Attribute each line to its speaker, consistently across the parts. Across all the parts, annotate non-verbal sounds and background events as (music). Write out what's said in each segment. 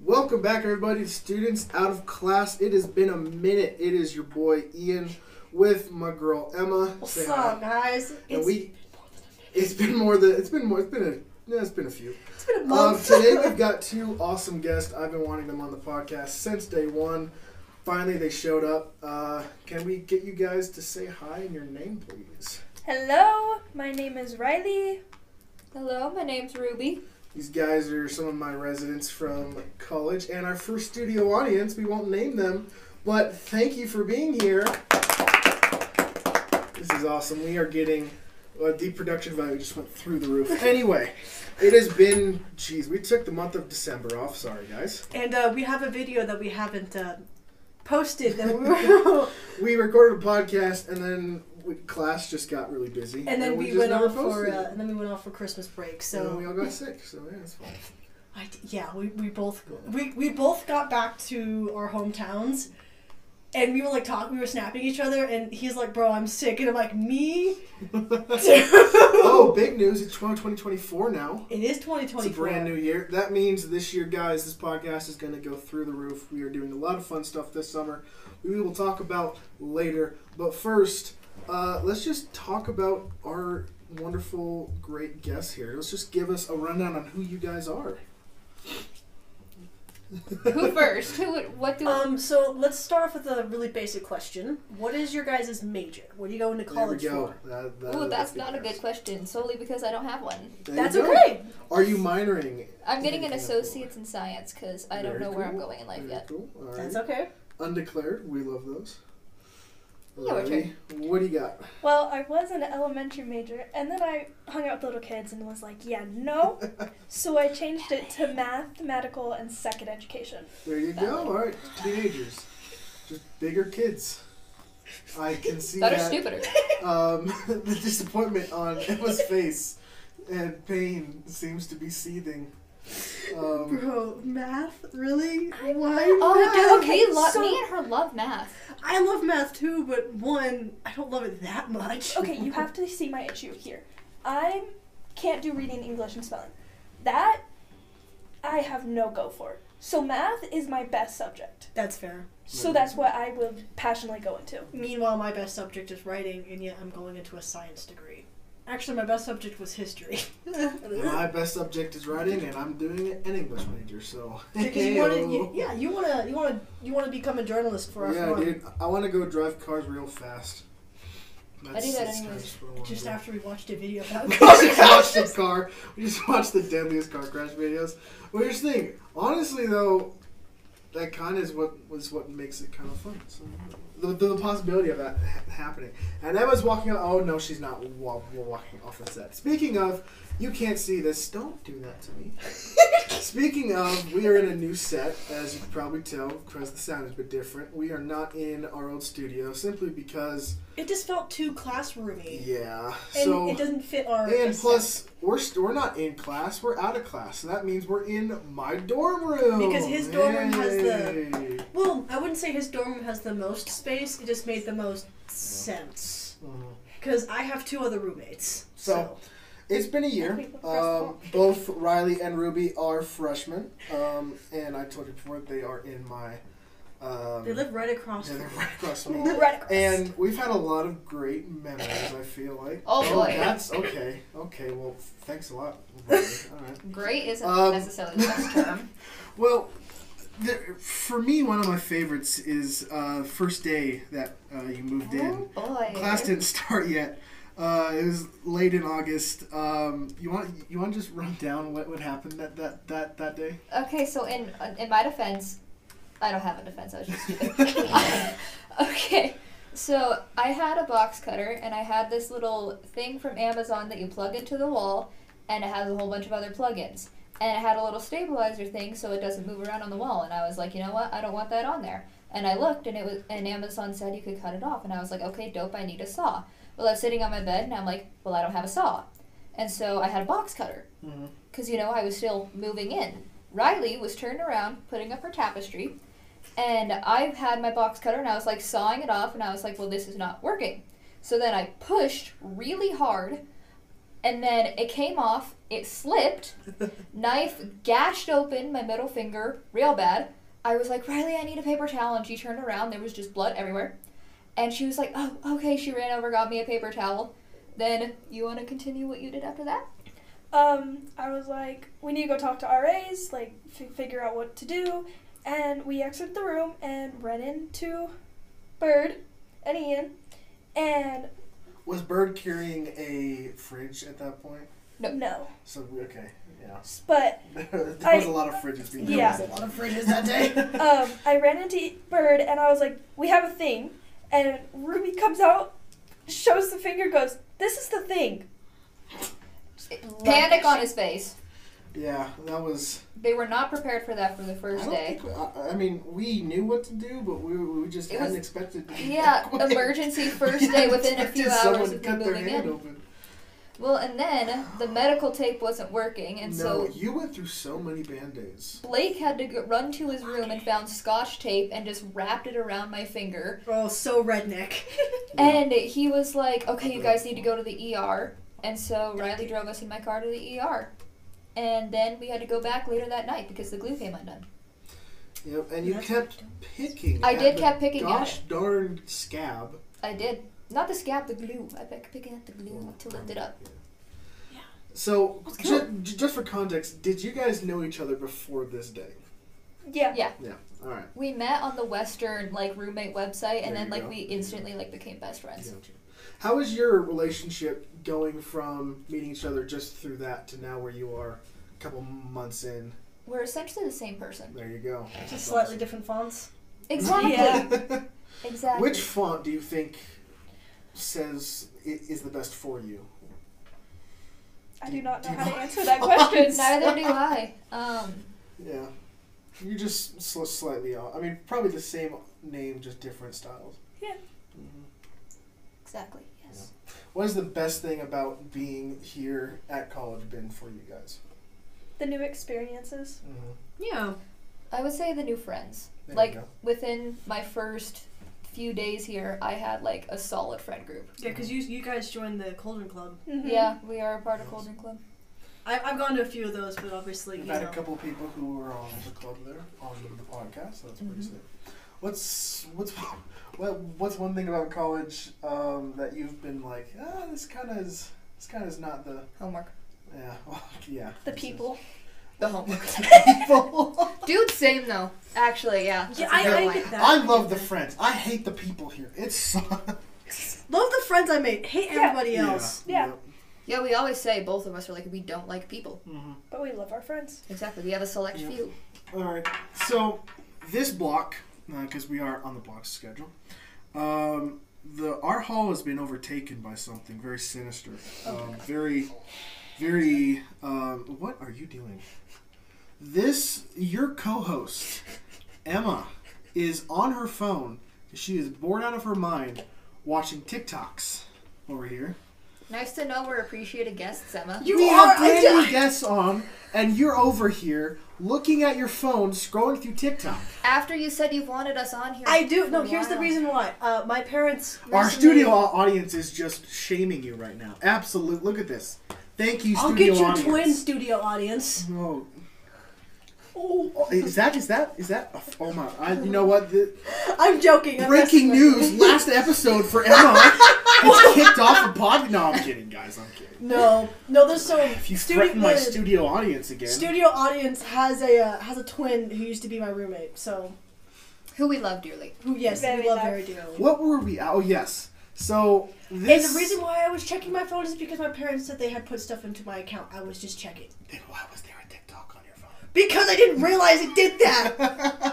Speaker 1: Welcome back, everybody, to students out of class. It has been a minute. It is your boy Ian with my girl Emma. Say
Speaker 2: What's
Speaker 1: hi.
Speaker 2: up, guys?
Speaker 1: And
Speaker 2: It's,
Speaker 1: we. It's been more than. It's been more. It's been a. Yeah, it's been a few.
Speaker 2: it's been a
Speaker 1: Um,
Speaker 2: month.
Speaker 1: today
Speaker 2: (laughs)
Speaker 1: we've got two awesome guests. I've been wanting them on the podcast since day one. Finally, they showed up. Uh, can we get you guys to say hi and your name, please?
Speaker 3: Hello, my name is Riley.
Speaker 4: Hello, my name's Ruby.
Speaker 1: These guys are some of my residents from college, and our first studio audience. We won't name them, but thank you for being here. This is awesome. We are getting uh, the production value just went through the
Speaker 2: (laughs)
Speaker 1: roof. Anyway, it has been. Jeez, we took the month of December off. Sorry, guys.
Speaker 2: and uh, we have a video that we haven't uh, posted that we were,
Speaker 1: we recorded a podcast and then we, class just got really busy.
Speaker 2: and then we,
Speaker 1: just
Speaker 2: went
Speaker 1: never
Speaker 2: off for
Speaker 1: posted
Speaker 2: uh,
Speaker 1: it.
Speaker 2: and then we went off for Christmas break.
Speaker 1: And then we
Speaker 2: So
Speaker 1: all got sick, so yeah, it's
Speaker 2: (laughs)
Speaker 1: fine.
Speaker 2: I d yeah, we, we both we, we both got back to our hometowns, and we were like talking, we were snapping each other, and he's like, "Bro, I'm sick," and I'm like, "Me too."
Speaker 1: (laughs)
Speaker 2: (laughs)
Speaker 1: Oh, big news! It's 2024 now.
Speaker 2: It is
Speaker 1: It's a
Speaker 2: 2024.
Speaker 1: brand new year. That means this year, guys, this podcast is going to go through the roof. We are doing a lot of fun stuff this summer. We will talk about later. But first, uh, let's just talk about our wonderful, great guests here. Let's just give us a rundown on who you guys are.
Speaker 2: (laughs)
Speaker 4: Who first? Who? would- What do?
Speaker 2: Um, so let's start off with a really basic question. What is your guys' major? What are you going to
Speaker 1: There we
Speaker 2: college
Speaker 1: go.
Speaker 2: for?
Speaker 1: That- that-
Speaker 4: Ooh, that's
Speaker 1: good
Speaker 4: not a
Speaker 1: guess.
Speaker 4: good question. Solely because I don't have one.
Speaker 1: There you
Speaker 2: That's
Speaker 1: go.
Speaker 2: okay.
Speaker 1: Are you minoring?
Speaker 4: I'm getting an
Speaker 1: Yeah.
Speaker 4: associate's in science because I don't
Speaker 1: Very
Speaker 4: know where I'm
Speaker 1: cool.
Speaker 4: going in life
Speaker 1: Very
Speaker 4: yet.
Speaker 1: Cool. All right.
Speaker 2: That's okay.
Speaker 1: Undeclared. We love those.
Speaker 4: Yeah, we're
Speaker 1: Riley, What do you got?
Speaker 3: Well, I was an elementary major, and then I hung out with little kids and was like, yeah, no. so I changed it to mathematical and second education.
Speaker 1: There you go.
Speaker 4: Valid.
Speaker 1: All right, teenagers, just bigger kids. I can see
Speaker 4: That is
Speaker 1: that,
Speaker 2: (laughs)
Speaker 4: stupider.
Speaker 1: um, (laughs) the disappointment on Emma's face and pain seems to be seething. Um,
Speaker 2: Bro, math? Really? Why?
Speaker 4: Oh,
Speaker 2: math?
Speaker 4: okay. We lo-
Speaker 2: So-
Speaker 4: me and her love math.
Speaker 2: I love math too, but one, I don't love it that much.
Speaker 3: Okay, you have to see my issue here. I can't do reading, English, and spelling. That I have no go for. So math is my best subject.
Speaker 2: That's fair.
Speaker 3: So that's what I will passionately go into.
Speaker 2: Meanwhile, my best subject is writing, and yet I'm going into a science degree. Actually, my best subject was history. (laughs) Uh-huh.
Speaker 1: my best subject is writing, and I'm doing an English major.
Speaker 2: (laughs)
Speaker 1: So
Speaker 2: Because you want to, you, yeah, you want to, you want to, you want to become a journalist for our
Speaker 1: yeah,
Speaker 2: fun.
Speaker 1: dude, I want to go drive cars real fast. That's,
Speaker 4: do that
Speaker 1: that's
Speaker 4: anyways.
Speaker 1: just what I wanna
Speaker 2: Just
Speaker 1: do.
Speaker 2: after we watched a video (laughs)
Speaker 1: (laughs)
Speaker 2: about
Speaker 1: we just watched the car. We just watched the deadliest car crash videos. Well, here's the thing. Honestly, though, that kind of is what was what makes it kind of fun. So, the, the, possibility of that ha- happening. And Emma's walking out. Oh no, she's not wa- wa- walking off the set. Speaking of, you can't see this. Don't do that to me. Speaking of, we are in a new set, as you can probably tell, because the sound is a bit different. We are not in our old studio simply because,
Speaker 2: It just felt too classroomy,
Speaker 1: yeah.
Speaker 2: and
Speaker 1: so
Speaker 2: it doesn't fit our.
Speaker 1: and plus, we're st- we're not in class. We're out of class. So that means we're in my dorm room.
Speaker 2: Because his dorm room has the-
Speaker 1: Hey.
Speaker 2: well, I wouldn't say his dorm room has the most space. It just made the most sense
Speaker 1: Mhm.
Speaker 2: because I have two other roommates. So,
Speaker 1: So- It's been a year. Um, both Riley and Ruby are freshmen, um, and I told you before they are in my. Um,
Speaker 2: they live right across.
Speaker 1: yeah, they're
Speaker 2: from me. (laughs)
Speaker 1: right across from me.
Speaker 3: Right across.
Speaker 1: And we've had a lot of great memories. I feel like.
Speaker 4: Oh, boy.
Speaker 1: that's okay. Okay. Well, thanks a lot.
Speaker 2: (laughs)
Speaker 1: Riley. All right.
Speaker 4: Great isn't
Speaker 1: Um,
Speaker 4: necessarily the best
Speaker 1: (laughs)
Speaker 4: term.
Speaker 1: Well, there, for me, one of my favorites is uh, first day that uh, you moved in.
Speaker 4: Oh boy.
Speaker 1: Class didn't start yet. Uh, it was late in August. Um, you want you want to just run down what, what happened that, that, that, that day?
Speaker 4: Okay, so in uh, in my defense, I don't have a defense. I was just stupid. (laughs) okay, so I had a box cutter and I had this little thing from Amazon that you plug into the wall, and it has a whole bunch of other plugins. And it had a little stabilizer thing so it doesn't move around on the wall. And I was like, you know what? I don't want that on there. And I looked, and it was and Amazon said you could cut it off. And I was like, okay, dope. I need a saw. Well, I was sitting on my bed, and I'm like, well, I don't have a saw. And so I had a box cutter
Speaker 1: Mm-hmm.
Speaker 4: because you know I was still moving in. Riley was turned around, putting up her tapestry, and I had my box cutter and I was like sawing it off, and I was like, well, this is not working. So then I pushed really hard and then it came off, it slipped, knife gashed open my middle finger real bad. I was like, Riley, I need a paper towel. And she turned around, there was just blood everywhere. And she was like, oh, okay. She ran over, got me a paper towel. Then, you want to continue what you did after that?
Speaker 3: um, I was like, we need to go talk to RAs, like f- figure out what to do. And we exited the room and ran into Bird and Ian. And
Speaker 1: Was Bird carrying a fridge at that point?
Speaker 3: no,
Speaker 1: So okay, yeah. (laughs)
Speaker 3: S- but
Speaker 1: there was
Speaker 3: I-
Speaker 1: a lot of fridges being
Speaker 3: Yeah.
Speaker 1: There was a lot of fridges that
Speaker 4: (laughs)
Speaker 1: day.
Speaker 3: um, I ran into Bird and I was like, we have a thing. And Ruby comes out, shows the finger, goes, this is the thing.
Speaker 4: Panic on his face.
Speaker 1: yeah, that was.
Speaker 4: They were not prepared for that for the
Speaker 1: I,
Speaker 4: first
Speaker 1: don't
Speaker 4: day.
Speaker 1: think, I, I mean, we knew what to do, but we, we just
Speaker 4: It
Speaker 1: hadn't
Speaker 4: was-
Speaker 1: expected. To be
Speaker 4: Yeah,
Speaker 1: (laughs) that quick.
Speaker 4: emergency
Speaker 1: We (laughs)
Speaker 4: first day
Speaker 1: hadn't
Speaker 4: within a few
Speaker 1: expected
Speaker 4: hours
Speaker 1: someone
Speaker 4: of
Speaker 1: to cut
Speaker 4: them
Speaker 1: their
Speaker 4: moving
Speaker 1: hand
Speaker 4: in.
Speaker 1: open.
Speaker 4: Well, and then the medical tape wasn't working, and
Speaker 1: no,
Speaker 4: so
Speaker 1: you went through so many band aids.
Speaker 4: Blake had to go, run to his room and found scotch tape and just wrapped it around my finger.
Speaker 2: Oh, so redneck. (laughs)
Speaker 4: And he was like, okay, you guys need to go to the ER. And so Riley drove us in my car to the ER. And then we had to go back later that night because the glue came undone.
Speaker 1: Yep, and you
Speaker 2: That's-
Speaker 1: kept picking.
Speaker 4: I
Speaker 1: at
Speaker 4: did
Speaker 1: the
Speaker 4: kept picking at
Speaker 1: Gosh darn scab.
Speaker 4: I did. Not the scab, the glue. I kept picking up the glue to lift it up.
Speaker 1: So,
Speaker 4: Let's
Speaker 1: ju- ju- just for context, did you guys know each other before this day?
Speaker 3: Yeah.
Speaker 4: Yeah.
Speaker 1: All right.
Speaker 4: We met on the Western like roommate website,
Speaker 1: There
Speaker 4: and then
Speaker 1: you
Speaker 4: like
Speaker 1: go.
Speaker 4: we instantly like became best friends.
Speaker 1: Gotcha. How is your relationship going from meeting each other just through that to now where you are a couple months in?
Speaker 4: We're essentially the same
Speaker 1: (laughs)
Speaker 4: person.
Speaker 1: There you go.
Speaker 2: Just slightly different fonts.
Speaker 4: Exactly.
Speaker 2: Yeah.
Speaker 1: (laughs)
Speaker 4: Exactly.
Speaker 1: Which font do you think says i- is the best for you?
Speaker 3: I do not know
Speaker 1: Do
Speaker 4: (laughs)
Speaker 3: how to
Speaker 1: not-
Speaker 3: answer that
Speaker 4: (laughs)
Speaker 3: question.
Speaker 1: (laughs)
Speaker 4: Neither do I. Um,
Speaker 1: Yeah. You're just sl- slightly off. I mean, probably the same name, just different styles.
Speaker 3: Yeah.
Speaker 1: Mhm.
Speaker 4: exactly. Yes.
Speaker 1: What is the best thing about being here at college been for you guys?
Speaker 3: The new experiences.
Speaker 1: Mm-hmm.
Speaker 2: Yeah.
Speaker 4: I would say the new friends.
Speaker 1: There you
Speaker 4: like
Speaker 1: go.
Speaker 4: within my first few days here, I had like a solid friend group.
Speaker 2: Yeah, because you, you guys joined the Cauldron Club.
Speaker 3: Mhm.
Speaker 4: Yeah, we are a part of Golden Club.
Speaker 2: I, I've gone to a few of those, but obviously, you
Speaker 1: We've had
Speaker 2: know.
Speaker 1: a couple people who were on the club there on the podcast, so that's
Speaker 3: Mm-hmm.
Speaker 1: pretty
Speaker 4: Mhm.
Speaker 1: sick. What's what's (laughs) well, what's one thing about college um, that you've been like, ah, this kind of is this kind of is not the
Speaker 4: Homework.
Speaker 1: yeah (laughs) well, yeah
Speaker 3: The
Speaker 1: this is-
Speaker 3: people.
Speaker 1: (laughs)
Speaker 4: The homework.
Speaker 1: people. (laughs)
Speaker 4: Dude, same though. Actually, yeah.
Speaker 2: Yeah,
Speaker 4: That's a
Speaker 2: I,
Speaker 4: good
Speaker 2: I
Speaker 4: one.
Speaker 2: get that.
Speaker 1: I love the friends. I hate the people here. It sucks.
Speaker 2: Love the friends I made. Hate
Speaker 3: Yeah.
Speaker 2: everybody else.
Speaker 3: Yeah.
Speaker 4: (laughs) Yeah, we always say both of us are like we don't like people.
Speaker 1: Mhm.
Speaker 3: But we love our friends.
Speaker 4: Exactly. We have a select
Speaker 1: Yeah.
Speaker 4: few.
Speaker 1: All right. So this block, because we are on the block schedule, um, the our hall has been overtaken by something very sinister,
Speaker 2: Oh
Speaker 1: um, very, very. Um, what are you doing? This your co-host Emma is on her phone. She is bored out of her mind watching TikToks over here.
Speaker 4: Nice to know we're appreciated guests, Emma.
Speaker 2: You
Speaker 1: we
Speaker 2: are
Speaker 1: have brand
Speaker 2: a
Speaker 1: new guests on, and you're over here looking at your phone, scrolling through TikTok.
Speaker 4: After you said you wanted us on here,
Speaker 2: I do.
Speaker 4: for
Speaker 2: No,
Speaker 4: a
Speaker 2: here's the
Speaker 4: while.
Speaker 2: reason why. Uh, my parents.
Speaker 1: Our
Speaker 2: recently-
Speaker 1: studio au- audience is just shaming you right now. Absolute. Look at this. Thank you,
Speaker 2: I'll
Speaker 1: studio
Speaker 2: get you a twin
Speaker 1: audience.
Speaker 2: studio audience.
Speaker 1: Oh. Oh, is that is that is that? Oh my! I, you know what? The,
Speaker 2: I'm joking. I'm
Speaker 1: breaking
Speaker 2: messing with
Speaker 1: news! Last episode for
Speaker 2: (laughs)
Speaker 1: Emma, it's kicked off a pod. No, I'm kidding, guys. I'm
Speaker 2: you.
Speaker 1: kidding.
Speaker 2: No, no. There's so
Speaker 1: If you
Speaker 2: studio.
Speaker 1: threaten my
Speaker 2: the
Speaker 1: studio audience again,
Speaker 2: studio audience has a uh, has a twin who used to be my roommate. So
Speaker 4: who we love dearly.
Speaker 2: who? Yes,
Speaker 3: Very
Speaker 2: we love
Speaker 3: nice.
Speaker 2: very dearly.
Speaker 1: what were we? Oh yes. So
Speaker 2: And
Speaker 1: this.
Speaker 2: the reason why I was checking my phone is because my parents said they had put stuff into my account. I was just checking
Speaker 1: Then why was there a TikTok on your phone?
Speaker 2: because I didn't realize it did that.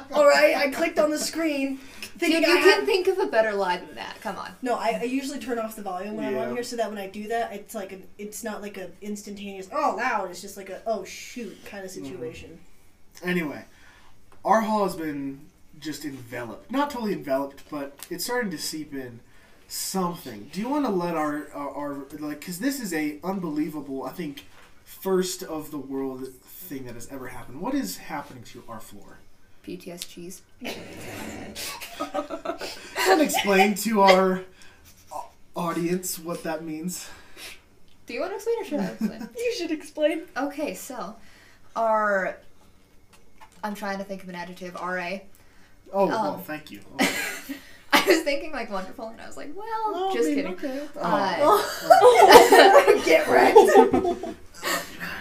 Speaker 1: (laughs)
Speaker 2: All right, I clicked on the screen thinking
Speaker 4: Dude,
Speaker 2: I
Speaker 4: you
Speaker 2: had
Speaker 4: can think of a better lie than that. Come on.
Speaker 2: No, I, I usually turn off the volume when I'm
Speaker 1: Yeah.
Speaker 2: on here so that when I do that, it's like an, it's not like a instantaneous oh loud. It's just like a oh shoot kind of situation.
Speaker 1: Anyway, our hall has been just enveloped. Not totally enveloped, but it's starting to seep in something. Do you want to let our, our, our like, because this is a unbelievable, I think, first of the world thing that has ever happened. What is happening to our floor?
Speaker 4: BTS cheese. (laughs)
Speaker 1: Can you explain to our au- audience what that means?
Speaker 4: Do you want to explain or should I explain?
Speaker 3: You should explain.
Speaker 4: (laughs) okay, so our I'm trying to think of an adjective. RA.
Speaker 1: Oh,
Speaker 4: Um.
Speaker 1: oh, thank you. Oh,
Speaker 4: (laughs) I was thinking like wonderful, and I was like, well,
Speaker 1: Oh,
Speaker 4: just
Speaker 1: maybe,
Speaker 4: kidding.
Speaker 1: okay.
Speaker 4: Uh, (laughs)
Speaker 2: Get wrecked.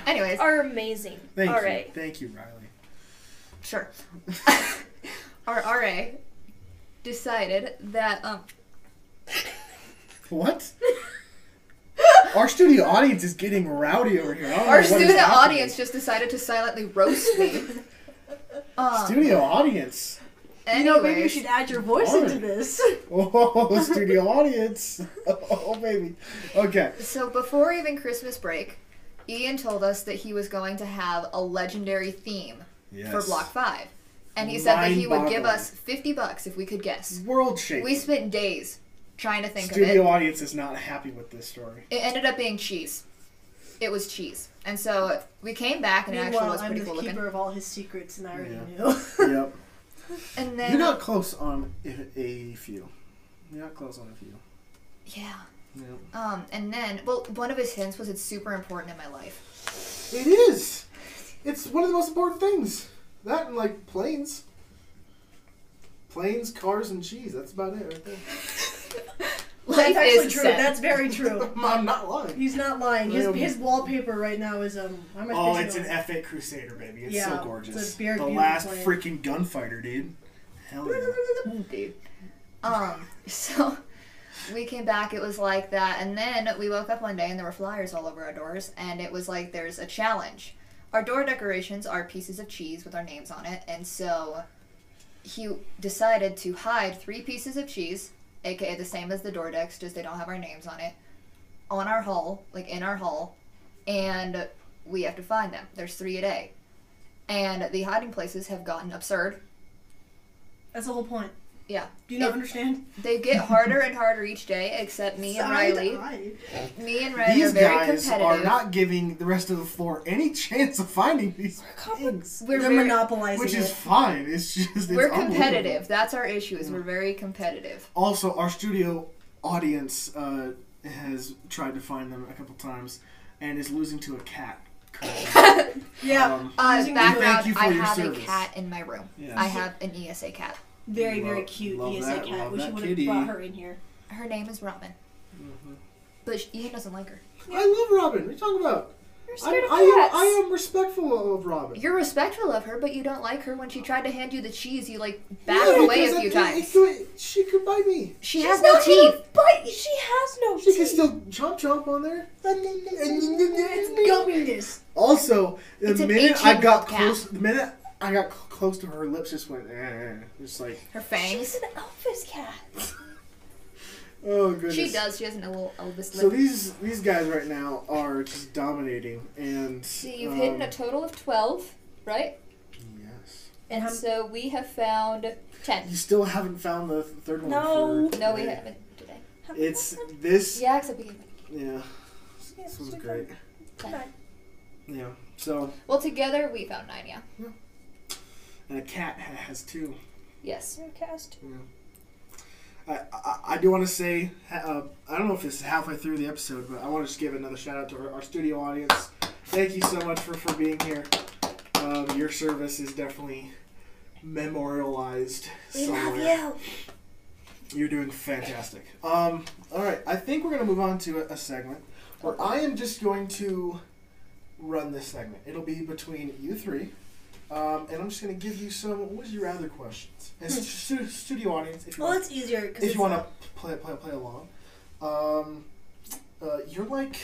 Speaker 4: anyways,
Speaker 3: Are amazing.
Speaker 1: Thank
Speaker 3: All
Speaker 1: you.
Speaker 3: right.
Speaker 1: Thank you, Riley.
Speaker 4: sure. (laughs) our RA decided that um
Speaker 1: What? Our studio audience is getting rowdy over here. I don't know
Speaker 4: our
Speaker 1: what is
Speaker 4: student
Speaker 1: happening.
Speaker 4: audience just decided to silently roast me. um,
Speaker 1: Studio audience.
Speaker 2: You know, maybe you
Speaker 4: anyways,
Speaker 2: should add your voice
Speaker 1: Alright.
Speaker 2: into this.
Speaker 1: Oh, (laughs) studio audience. (laughs) Oh, baby. Okay.
Speaker 4: So before even Christmas break, Ian told us that he was going to have a legendary theme
Speaker 1: Yes.
Speaker 4: for Block Five, and he said that he would give
Speaker 1: Mind-boggling.
Speaker 4: us fifty bucks if we could guess.
Speaker 1: World shaking.
Speaker 4: We spent days trying to think of it.
Speaker 1: studio audience is not happy with this story.
Speaker 4: It ended up being cheese. It was cheese. And so we came back
Speaker 2: (laughs)
Speaker 4: and it actually
Speaker 2: Meanwhile,
Speaker 4: was
Speaker 2: I'm
Speaker 4: pretty
Speaker 2: the
Speaker 4: cool
Speaker 2: keeper
Speaker 4: looking.
Speaker 2: of all his secrets, and I already
Speaker 1: (laughs) Yeah.
Speaker 2: (laughs) knew.
Speaker 1: (laughs) Yep.
Speaker 4: And
Speaker 1: You're
Speaker 4: then
Speaker 1: not close on a- a few. You're not close on a few.
Speaker 4: Yeah.
Speaker 1: Yep.
Speaker 4: Um and then well one of his hints was it's super important in my life.
Speaker 1: It is. It's one of the most important things. That and like planes. Planes, cars, and cheese. That's about it right there. (laughs)
Speaker 4: Life
Speaker 2: That's actually
Speaker 4: is
Speaker 2: true.
Speaker 4: set.
Speaker 2: That's very true.
Speaker 1: I'm not lying.
Speaker 2: He's not lying. His,
Speaker 1: Um,
Speaker 2: his wallpaper right now is um. How much
Speaker 1: Oh,
Speaker 2: bigger
Speaker 1: it's
Speaker 2: is
Speaker 1: an
Speaker 2: it?
Speaker 1: F8 Crusader, baby. It's
Speaker 2: Yeah,
Speaker 1: so gorgeous.
Speaker 2: it's a very
Speaker 1: the
Speaker 2: beautiful
Speaker 1: last
Speaker 2: plane.
Speaker 1: freaking gunfighter, dude. Hell yeah.
Speaker 4: Dude. Um so we came back, it was like that, and then we woke up one day and there were flyers all over our doors, and it was like there's a challenge. Our door decorations are pieces of cheese with our names on it, and so he decided to hide three pieces of cheese, aka the same as the door decks, just they don't have our names on it, on our hull, like in our hull, and we have to find them. There's three a day. And the hiding places have gotten absurd.
Speaker 2: That's the whole point.
Speaker 4: Yeah.
Speaker 2: Do you not
Speaker 4: It-
Speaker 2: understand?
Speaker 4: They get harder and harder each day, except me and
Speaker 2: Side
Speaker 4: Riley.
Speaker 2: eye.
Speaker 4: Me and Riley
Speaker 1: These
Speaker 4: are very
Speaker 1: guys are
Speaker 4: competitive.
Speaker 1: not giving the rest of the floor any (laughs) chance of finding these things,
Speaker 4: we're
Speaker 2: They're
Speaker 4: very,
Speaker 2: monopolizing
Speaker 1: which
Speaker 2: it.
Speaker 1: is fine. It's just it's
Speaker 4: we're
Speaker 1: unbelievable.
Speaker 4: competitive. That's our issue. Is we're very competitive.
Speaker 1: Also, our studio audience uh, has tried to find them a couple times and is losing to a cat.
Speaker 4: (laughs)
Speaker 1: currently.
Speaker 2: yeah,
Speaker 1: Um,
Speaker 4: Uh,
Speaker 2: Using the-
Speaker 4: background:
Speaker 1: Thank you for
Speaker 4: I
Speaker 1: your
Speaker 4: have a
Speaker 1: service.
Speaker 4: cat in my room.
Speaker 1: Yes.
Speaker 4: I have an ESA cat.
Speaker 2: very very
Speaker 1: Love-
Speaker 2: cute
Speaker 1: love
Speaker 2: ESA
Speaker 1: that-
Speaker 2: cat.
Speaker 1: love
Speaker 2: Wish
Speaker 1: that
Speaker 2: you would
Speaker 1: kitty.
Speaker 2: have brought her in
Speaker 1: (laughs)
Speaker 2: here.
Speaker 4: Her name is Robin,
Speaker 1: Mm-hmm.
Speaker 4: but sh- Ian doesn't like her.
Speaker 1: I love Robin. What are you talking about?
Speaker 3: You're
Speaker 1: I,
Speaker 3: scared of
Speaker 1: I, am,
Speaker 3: cats.
Speaker 1: I am respectful of Robin.
Speaker 4: You're respectful of her, but you don't like her. When she tried to hand you the cheese, you like
Speaker 1: Yeah,
Speaker 4: batted away
Speaker 1: because
Speaker 4: a
Speaker 1: I
Speaker 4: few
Speaker 1: think it
Speaker 4: times.
Speaker 1: could- she could bite me.
Speaker 4: She
Speaker 3: She's
Speaker 4: has no
Speaker 3: not gonna
Speaker 4: teeth.
Speaker 3: Bite. She has no
Speaker 1: She
Speaker 3: teeth.
Speaker 1: can still chomp chomp on there.
Speaker 2: It's gumminess.
Speaker 1: Also, the
Speaker 4: It's an
Speaker 1: minute I got
Speaker 4: eighteen-year-old cat.
Speaker 1: close, the minute I got cl- close to her, her lips just went, eh, just like,
Speaker 4: Her
Speaker 3: She's
Speaker 4: fangs.
Speaker 3: an Elvis cat.
Speaker 1: oh goodness.
Speaker 4: She does. She has an little Elvis
Speaker 1: So
Speaker 4: lip.
Speaker 1: these these guys right now are just dominating, and
Speaker 4: So you've
Speaker 1: um,
Speaker 4: hidden a total of twelve, right?
Speaker 1: yes.
Speaker 4: And
Speaker 2: Um,
Speaker 4: so we have found
Speaker 1: You
Speaker 4: ten.
Speaker 1: still haven't found the th- third one.
Speaker 3: No.
Speaker 1: for-
Speaker 4: No, we haven't today.
Speaker 1: It's this. Yeah.
Speaker 4: Yeah, except we gave it
Speaker 3: Yeah,
Speaker 1: This was
Speaker 3: sweet
Speaker 1: great.
Speaker 4: ten.
Speaker 1: Yeah. So
Speaker 4: Well, together we found nine. Yeah.
Speaker 1: and a cat ha- has two.
Speaker 4: Yes.
Speaker 3: little Cast.
Speaker 1: I, I, I do want to say, ha- uh, I don't know if this is halfway through the episode, but I want to just give another shout out to our, our studio audience. Thank you so much for, for being here. Um, your service is definitely memorialized somewhere. You're doing fantastic. Um, all right, I think we're going to move on to a, a segment where I am just going to run this segment. It'll be between you three, um, and I'm just going to give you some would you rather questions. And stu- studio audience, if you
Speaker 2: Well,
Speaker 1: want
Speaker 2: it's easier because
Speaker 1: if you want to play play play along, um, uh, you're like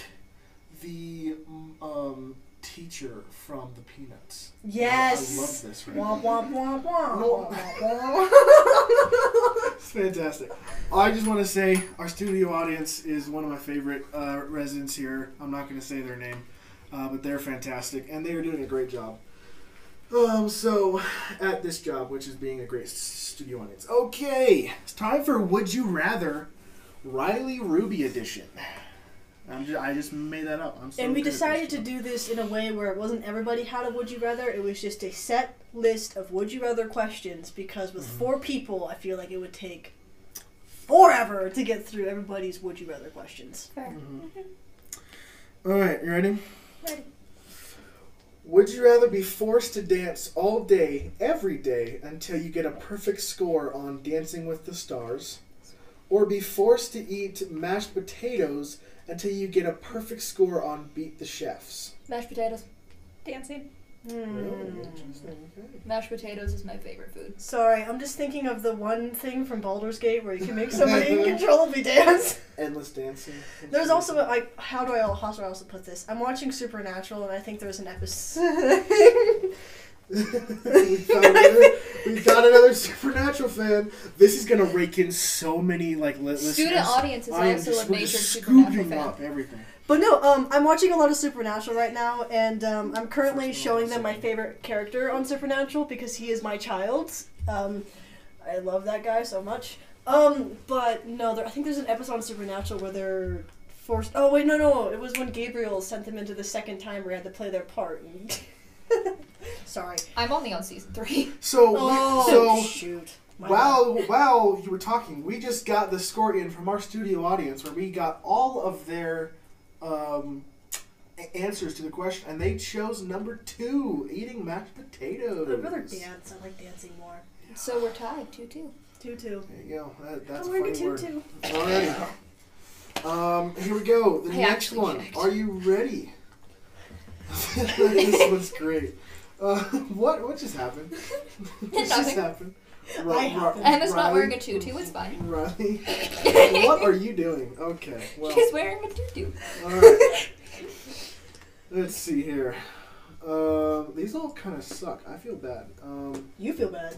Speaker 1: the um, teacher from the Peanuts.
Speaker 2: Yes.
Speaker 1: I love this. Right
Speaker 2: Womp womp womp womp.
Speaker 1: No.
Speaker 2: womp, womp, womp.
Speaker 1: It's fantastic. I just want to say our studio audience is one of my favorite uh, residents here. I'm not going to say their name, uh, but they're fantastic and they are doing a great job. Um, so at this job, which is being a great s- studio audience. Okay, it's time for Would You Rather, Riley Ruby edition. I'm just, I just made that up. I'm so
Speaker 2: And we
Speaker 1: good at this
Speaker 2: decided to
Speaker 1: job.
Speaker 2: do this in a way where it wasn't everybody had a would you rather. It was just a set list of would you rather questions because
Speaker 1: Mm-hmm.
Speaker 2: with four people, I feel like it would take forever to get through everybody's would you rather questions.
Speaker 4: Fair.
Speaker 1: All right, you ready?
Speaker 3: Ready.
Speaker 1: Would you rather be forced to dance all day, every day, until you get a perfect score on Dancing with the Stars, or be forced to eat mashed potatoes until you get a perfect score on Beat the Chefs?
Speaker 4: Mashed potatoes.
Speaker 3: Dancing.
Speaker 1: Really
Speaker 2: Hmm.
Speaker 1: interesting. Okay.
Speaker 4: Mashed potatoes is my favorite food.
Speaker 2: Sorry, I'm just thinking of the one thing from Baldur's Gate where you
Speaker 1: (laughs)
Speaker 2: can make somebody uncontrollably dance.
Speaker 1: Endless dancing.
Speaker 2: There's also a- like, how do I how do I also put this? I'm watching Supernatural, and I think there's an episode.
Speaker 1: (laughs)
Speaker 2: (laughs)
Speaker 1: we, found another, we got another supernatural fan. This is gonna rake in so many like li- listeners.
Speaker 4: Student audience is
Speaker 1: I am
Speaker 4: also
Speaker 1: just,
Speaker 4: a
Speaker 1: we're
Speaker 4: major
Speaker 1: just
Speaker 4: supernatural
Speaker 1: scooping
Speaker 4: fan.
Speaker 1: up everything.
Speaker 2: but no, um, I'm watching a lot of Supernatural right now, and um, I'm currently
Speaker 1: First of all,
Speaker 2: showing them my
Speaker 1: second.
Speaker 2: favorite character on Supernatural because he is my child. Um, I love that guy so much. Um, but no, there, I think there's an episode on Supernatural where they're forced. Oh wait, no, no, it was when Gabriel sent them into the second time where he had to play their part. (laughs) Sorry.
Speaker 4: I'm only on season three.
Speaker 1: So,
Speaker 2: Oh (laughs)
Speaker 1: so
Speaker 2: shoot! My bad.
Speaker 1: While while you were talking, we just got the score in from our studio audience, where we got all of their um, a- answers to the question, and they chose number two, eating mashed potatoes.
Speaker 2: I'd rather dance. I like dancing more.
Speaker 4: (laughs) So we're tied, 2 2.
Speaker 2: Two two.
Speaker 1: There you go. That, that's
Speaker 3: I'm
Speaker 1: a funny
Speaker 3: learning two
Speaker 1: word.
Speaker 3: too.
Speaker 1: Alrighty. Um, here we go. The
Speaker 4: I
Speaker 1: next
Speaker 4: actually
Speaker 1: one.
Speaker 4: checked.
Speaker 1: Are you ready? (laughs) this one's great. Uh, (laughs) what what just happened? what just
Speaker 4: Nothing.
Speaker 1: happened?
Speaker 2: I happened.
Speaker 4: Emma's not wearing a tutu, it's fine.
Speaker 2: (laughs)
Speaker 1: Riley, what are you doing? Okay, well,
Speaker 4: She's wearing a tutu.
Speaker 1: all right. Let's see here. Um, these all kind of suck. I feel bad.
Speaker 2: (coughs)
Speaker 1: Um,
Speaker 2: You feel bad.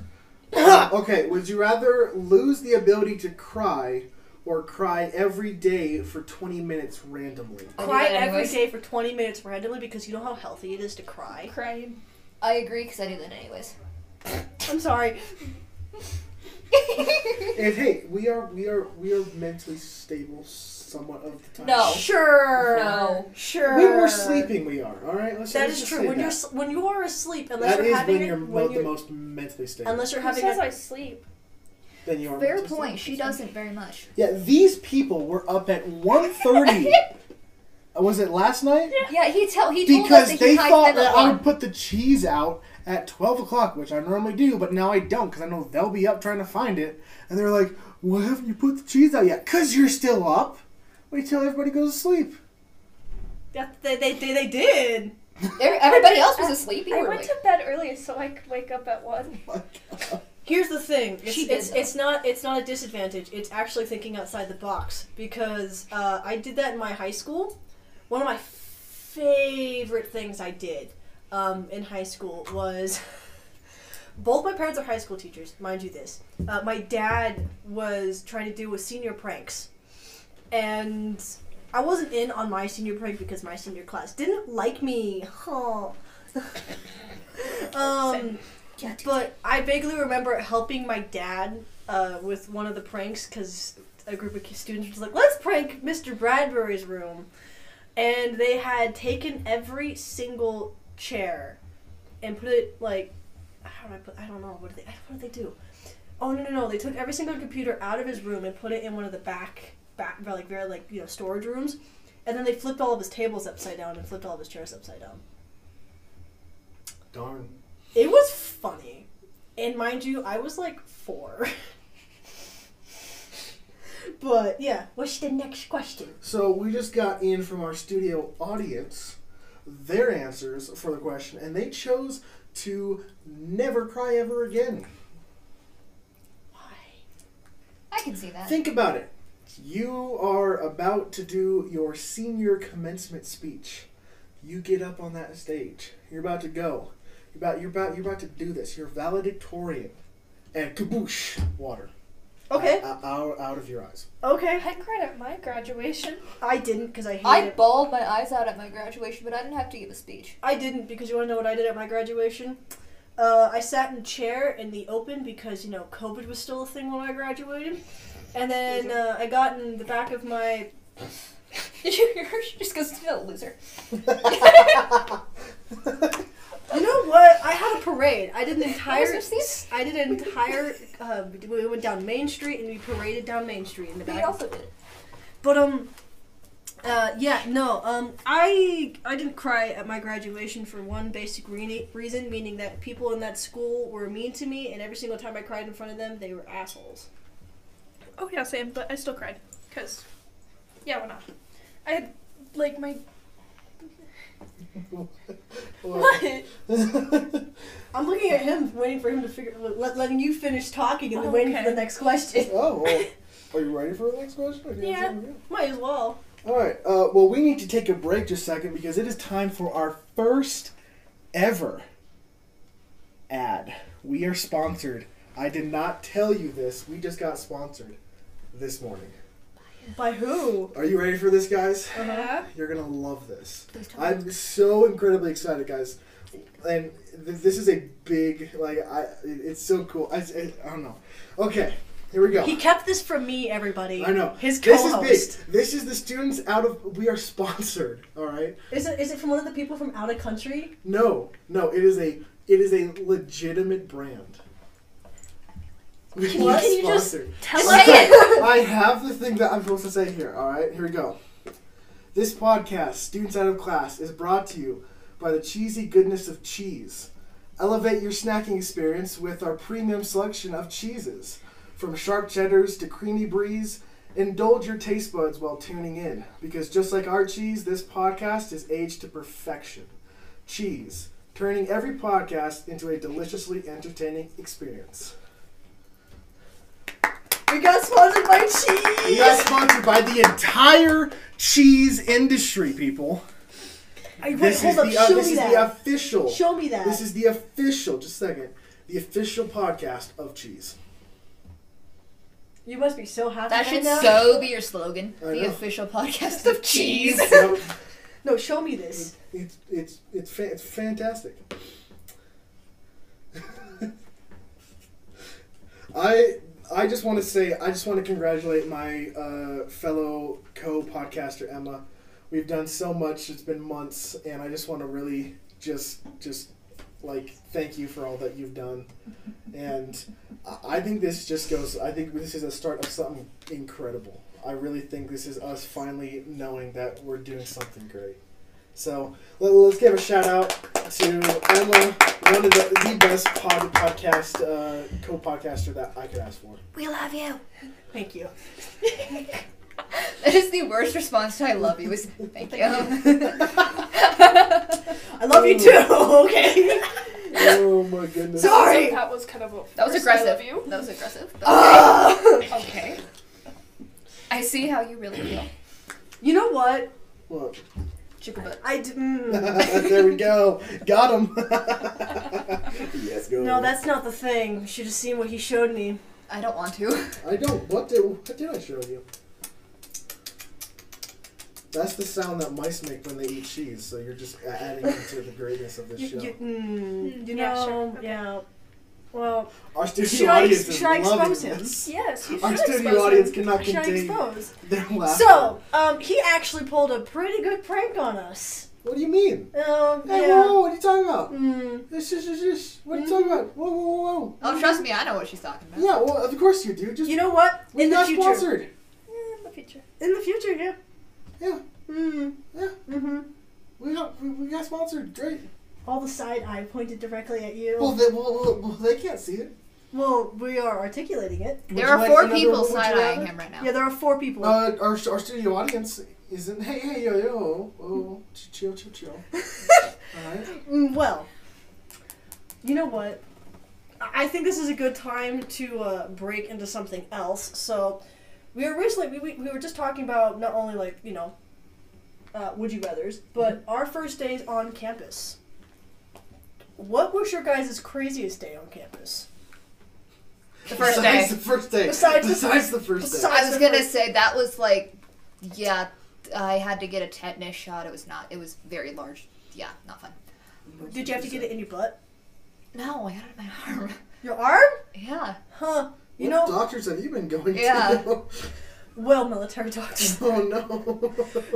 Speaker 1: okay, would you rather lose the ability to cry or cry every day for 20 minutes randomly?
Speaker 4: I'll do
Speaker 2: Cry
Speaker 4: that
Speaker 2: every
Speaker 4: anyways.
Speaker 2: day for 20 minutes randomly because you know how healthy it is to cry.
Speaker 4: (laughs)
Speaker 3: Crying.
Speaker 4: I agree because I do that anyways.
Speaker 2: I'm sorry.
Speaker 1: And hey, we are we are we are mentally stable somewhat of the time.
Speaker 4: No.
Speaker 2: Sure.
Speaker 4: No.
Speaker 2: Sure.
Speaker 1: When we're sleeping, we are. All right. Let's,
Speaker 2: That
Speaker 1: let's
Speaker 2: is
Speaker 1: just
Speaker 2: true.
Speaker 1: say
Speaker 2: When
Speaker 1: that.
Speaker 2: you're s- when you are asleep, unless
Speaker 1: That
Speaker 2: you're
Speaker 1: is
Speaker 2: having
Speaker 1: when you're,
Speaker 2: a,
Speaker 1: mo-
Speaker 2: when
Speaker 1: the
Speaker 2: you're
Speaker 1: most mentally stable.
Speaker 2: unless you're
Speaker 3: Who
Speaker 2: having a,
Speaker 3: says I sleep?
Speaker 1: then you are
Speaker 4: (laughs) Fair
Speaker 1: mentally
Speaker 4: point.
Speaker 1: stable.
Speaker 4: She doesn't very much.
Speaker 1: Yeah, these people were up at (laughs) 1.30. was it last night?
Speaker 4: Yeah, he tell he told us
Speaker 1: Because
Speaker 4: that
Speaker 1: they
Speaker 4: he
Speaker 1: thought
Speaker 4: hides them
Speaker 1: that
Speaker 4: at
Speaker 1: I
Speaker 4: one.
Speaker 1: would put the cheese out at 12 o'clock, which I normally do, but now I don't because I know they'll be up trying to find it. And they're like, why haven't you put the cheese out yet? Because you're still up. Wait till everybody goes to sleep. (laughs)
Speaker 2: yeah, they, they, they, they did.
Speaker 4: Every- Everybody else was asleep. You
Speaker 3: I
Speaker 4: were
Speaker 3: went
Speaker 4: awake.
Speaker 3: to bed early so I could wake up at one.
Speaker 2: Here's the thing. It's,
Speaker 4: She did,
Speaker 2: it's,
Speaker 4: though.
Speaker 2: it's not it's not a disadvantage. It's actually thinking outside the box because uh, I did that in my high school. One of my favorite things I did um, in high school was (laughs) both my parents are high school teachers, mind you. This uh, my dad was trying to do with senior pranks, and I wasn't in on my senior prank because my senior class didn't like me. (laughs) Huh. um. But I vaguely remember helping my dad uh, with one of the pranks because a group of students was like, let's prank Mr. Bradbury's room. And they had taken every single chair and put it like, how do I put, I don't know, what did they, what did they do? Oh, no, no, no, they took every single computer out of his room and put it in one of the back, back, like, very, like, you know, storage rooms. And then they flipped all of his tables upside down and flipped all of his chairs upside down.
Speaker 1: Darn.
Speaker 2: It was funny. And mind you, I was like four. but yeah, what's the next question?
Speaker 1: So we just got in from our studio audience their answers for the question, and they chose to never cry ever again.
Speaker 2: Why?
Speaker 4: I can see that.
Speaker 1: Think about it. You are about to do your senior commencement speech. You get up on that stage. You're about to go. You're about you're about you're about to do this. You're valedictorian. And kaboosh, water
Speaker 2: Okay,
Speaker 1: out, out, out of your
Speaker 2: (laughs)
Speaker 1: eyes.
Speaker 2: okay.
Speaker 3: I cried at my graduation.
Speaker 2: I didn't because I hated
Speaker 4: I
Speaker 2: it.
Speaker 4: bawled my eyes out at my graduation, but I didn't have to give a speech. (laughs)
Speaker 2: I didn't because you want to know what I did at my graduation? Uh, I sat in a chair in the open because, you know, COVID was still a thing when I graduated. And then uh, I got in the back of my.
Speaker 4: Did you hear her? She just goes, no, loser.
Speaker 2: You
Speaker 1: (laughs)
Speaker 2: know what? I had a parade. I (laughs) did an entire.
Speaker 4: What was her seat?
Speaker 2: I did an entire. Uh, we went down Main Street and we paraded down Main Street in the
Speaker 4: But you
Speaker 2: back.
Speaker 4: also did it.
Speaker 2: But um, Uh, yeah, no. Um, I I didn't cry at my graduation for one basic re- reason, meaning that people in that school were mean to me, and every single time I cried in front of them, they were (laughs) assholes.
Speaker 3: Oh yeah, same. But I still cried because, yeah, why not? I had like my what?
Speaker 2: I'm looking at him, waiting for him to figure, let, letting you finish talking, and then waiting for
Speaker 3: Okay.
Speaker 2: the next question.
Speaker 1: (laughs) oh, well, are you ready for the next question? Or do you have
Speaker 2: Yeah.
Speaker 1: something else?
Speaker 2: (laughs) Might as well.
Speaker 1: All right. Uh, well, we need to take a break just a second because it is time for our first ever ad. We are sponsored. I did not tell you this. We just got sponsored this morning.
Speaker 2: By who?
Speaker 1: Are you ready for this, guys?
Speaker 3: Yeah.
Speaker 1: You're gonna love this.
Speaker 4: Please tell me.
Speaker 1: I'm so incredibly excited, guys. And th- this is a big like I. it- It's so cool. I, I, I don't know. Okay, here we go.
Speaker 2: He kept this from me, everybody.
Speaker 1: I know.
Speaker 2: His
Speaker 1: This
Speaker 2: co-host.
Speaker 1: is big. This is the students out of. We are sponsored. All right.
Speaker 2: Is it is it from one of the people from out of country?
Speaker 1: No, no, it is a it is a legitimate brand.
Speaker 2: you- can you
Speaker 1: (laughs)
Speaker 2: just
Speaker 1: Sponsored.
Speaker 2: Tell
Speaker 4: Say
Speaker 1: (laughs)
Speaker 4: it.
Speaker 1: I have the thing that I'm supposed to say here. All right, here we go. This podcast, Students Out of Class, is brought to you by the cheesy goodness of cheese. Elevate your snacking experience with our premium selection of cheeses. From sharp cheddars to creamy breeze, indulge your taste buds while tuning in. Because just like our cheese, this podcast is aged to perfection. Cheese, turning every podcast into a deliciously entertaining experience.
Speaker 2: We got sponsored by cheese.
Speaker 1: You guys sponsored by the entire cheese industry, people.
Speaker 2: I, wait,
Speaker 1: This is
Speaker 2: hold up.
Speaker 1: the uh,
Speaker 2: show
Speaker 1: this
Speaker 2: me
Speaker 1: is the
Speaker 2: that.
Speaker 1: official.
Speaker 2: show me that.
Speaker 1: This is the official. Just a second. The official podcast of cheese. (laughs)
Speaker 2: you must be so happy.
Speaker 4: (laughs) That
Speaker 2: right
Speaker 4: should
Speaker 2: now.
Speaker 4: so be your slogan.
Speaker 1: I
Speaker 4: The
Speaker 1: know.
Speaker 4: official podcast of cheese.
Speaker 1: Yep.
Speaker 2: No, show me this.
Speaker 1: it's it's it's fa- it's fantastic. (laughs) I I just want to say I just want to congratulate my uh, fellow co-podcaster Emma. We've done so much. It's been months, and I just want to really just just like thank you for all that you've done. And I- I think this just goes. I think this is a start of something incredible. I really think this is us finally knowing that we're doing something great. So let, us give a shout out to Emma, one of the, the best pod, podcast uh, co-podcaster that I could ask for.
Speaker 4: We love you.
Speaker 2: Thank you.
Speaker 4: That is the worst response to I love you is thank you.
Speaker 2: I love you too. (laughs)
Speaker 3: (laughs)
Speaker 2: Okay.
Speaker 1: Oh my goodness!
Speaker 2: Sorry.
Speaker 3: that was kind of a
Speaker 4: (laughs) That was
Speaker 3: first,
Speaker 4: aggressive.
Speaker 3: I love you.
Speaker 4: That was aggressive.
Speaker 2: Ugh.
Speaker 4: okay. I see how you really feel.
Speaker 2: you know what?
Speaker 1: Look. (laughs)
Speaker 4: Chicken butt.
Speaker 2: I d- mm.
Speaker 1: there we go. Got him. (laughs) yes, go.
Speaker 2: no, that's not the thing. You should have seen what he showed me.
Speaker 4: I don't want to.
Speaker 1: I don't. What did what did I show you? That's the sound that mice make when they eat cheese. So you're just adding into the greatness of this
Speaker 2: You,
Speaker 1: show.
Speaker 2: you, mm,
Speaker 3: Mm,
Speaker 2: you know.
Speaker 3: yeah, sure. Okay.
Speaker 2: yeah. Well,
Speaker 1: Our studio
Speaker 2: Should I-
Speaker 1: audience is
Speaker 2: should I
Speaker 1: loving
Speaker 2: expose him?
Speaker 1: this.
Speaker 3: Yes, you
Speaker 1: Our
Speaker 3: should
Speaker 1: studio
Speaker 3: expose
Speaker 1: audience
Speaker 3: him.
Speaker 1: cannot
Speaker 2: should I
Speaker 1: contain
Speaker 2: expose?
Speaker 1: their laughter.
Speaker 2: So, um, he actually pulled a pretty good prank on us.
Speaker 1: What do you mean?
Speaker 2: Um,
Speaker 1: Hey, whoa,
Speaker 2: yeah.
Speaker 1: whoa, what are you talking about?
Speaker 2: Mm,
Speaker 1: This, this, this, this. What are you talking
Speaker 2: Mm-hmm.
Speaker 1: about? Whoa, whoa, whoa, whoa.
Speaker 4: Oh, trust me, I know what she's talking about.
Speaker 1: Yeah, well, of course you do. Just
Speaker 2: you know what?
Speaker 1: we
Speaker 2: In the
Speaker 1: got
Speaker 2: future.
Speaker 1: sponsored.
Speaker 3: Yeah, in the future.
Speaker 2: In the future, yeah.
Speaker 1: Yeah,
Speaker 2: Mm.
Speaker 1: yeah.
Speaker 2: Mm-hmm.
Speaker 1: We got we, we got sponsored. Great.
Speaker 2: All the side eye pointed directly at you.
Speaker 1: Well, they well, well, well, they can't see it.
Speaker 2: Well, we are articulating it.
Speaker 1: Would
Speaker 4: There
Speaker 1: you
Speaker 4: are
Speaker 1: like
Speaker 4: four
Speaker 1: another-
Speaker 4: people
Speaker 1: would you
Speaker 4: side eyeing
Speaker 1: rather?
Speaker 4: him right now.
Speaker 2: Yeah, there are four people.
Speaker 1: Uh, our our studio audience isn't. Hey, hey, yo, yo, oh, ch- chill, chill,
Speaker 2: (laughs)
Speaker 1: chill. All right.
Speaker 2: Mm, well, you know what? I I think this is a good time to uh, break into something else. So, we were recently we, we, we were just talking about not only like you know, uh, would you rather's, but
Speaker 1: Mm-hmm.
Speaker 2: our first days on campus. What was your guys' craziest day on campus?
Speaker 4: The first
Speaker 1: Besides
Speaker 4: day.
Speaker 1: the first day.
Speaker 2: Besides the-
Speaker 1: Besides the first day.
Speaker 2: besides-
Speaker 4: I was gonna say that was like, yeah, I had to get a tetanus shot. It was not. It was very large. Yeah, not fun.
Speaker 2: Did you have to get it in your butt,
Speaker 4: No, I got it in my arm.
Speaker 2: your arm?
Speaker 4: Yeah.
Speaker 2: Huh? You
Speaker 1: What
Speaker 2: know,
Speaker 1: doctors have you been going
Speaker 4: Yeah.
Speaker 1: to?
Speaker 2: well, military doctors.
Speaker 1: (laughs) oh no.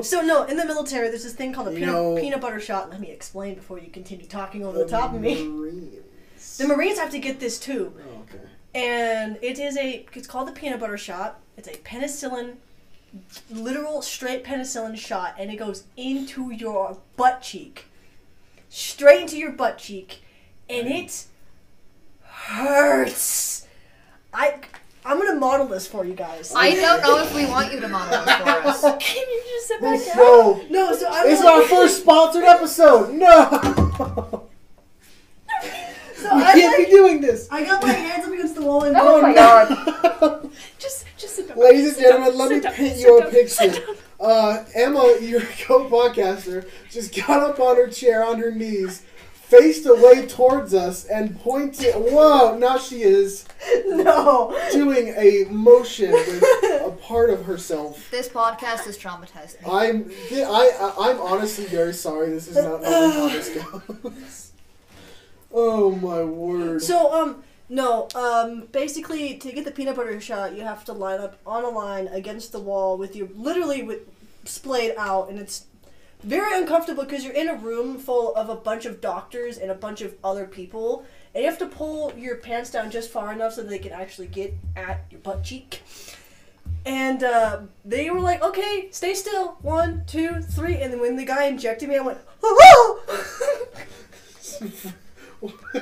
Speaker 2: So no, in the military, there's this thing called a
Speaker 1: You
Speaker 2: peanut,
Speaker 1: know- um,
Speaker 2: peanut butter shot. Let me explain before you continue talking over the top of me.
Speaker 1: (laughs) Marines.
Speaker 2: The Marines have to get this too,
Speaker 1: Oh, okay.
Speaker 2: and it is a. It's called the peanut butter shot. It's a penicillin literal straight penicillin shot, and it goes into your butt cheek, straight into your butt cheek, and it hurts. I I'm gonna model this for you guys.
Speaker 4: I don't know if we want you to model it (laughs) for us.
Speaker 3: Can you just sit back down?
Speaker 1: No,
Speaker 2: no, so
Speaker 3: oh,
Speaker 2: I'm
Speaker 1: it's
Speaker 2: like,
Speaker 1: our first sponsored episode. No, (laughs)
Speaker 2: so
Speaker 1: we
Speaker 2: I'm
Speaker 1: can't
Speaker 2: like,
Speaker 1: be doing this.
Speaker 2: I got my hands up against the wall and
Speaker 1: (laughs)
Speaker 4: Oh my
Speaker 1: God.
Speaker 3: (laughs) Just, just sit
Speaker 1: (laughs)
Speaker 3: down.
Speaker 1: Ladies and
Speaker 3: Sit down,
Speaker 1: gentlemen, let
Speaker 3: sit
Speaker 1: me
Speaker 3: down,
Speaker 1: paint
Speaker 3: sit
Speaker 1: you a
Speaker 3: down,
Speaker 1: picture.
Speaker 3: sit down.
Speaker 1: Uh, Emma, your (laughs) co-podcaster, just got up on her chair on her knees, faced away towards us, and pointed. Whoa! Now she is
Speaker 2: no.
Speaker 1: doing a motion with a part of herself.
Speaker 4: This podcast has traumatized me.
Speaker 1: I'm I, I I'm honestly very sorry. This is not normally how
Speaker 4: (sighs)
Speaker 1: this goes. Oh my word!
Speaker 2: So um no um basically to get the peanut butter shot you have to line up on a line against the wall with your literally with splayed out and it's very uncomfortable because you're in a room full of a bunch of doctors and a bunch of other people and you have to pull your pants down just far enough so they can actually get at your butt cheek. And uh, they were like, "Okay, stay still. One, two, three. And then when the guy injected me, I went, (laughs) "Hello!"
Speaker 1: (laughs)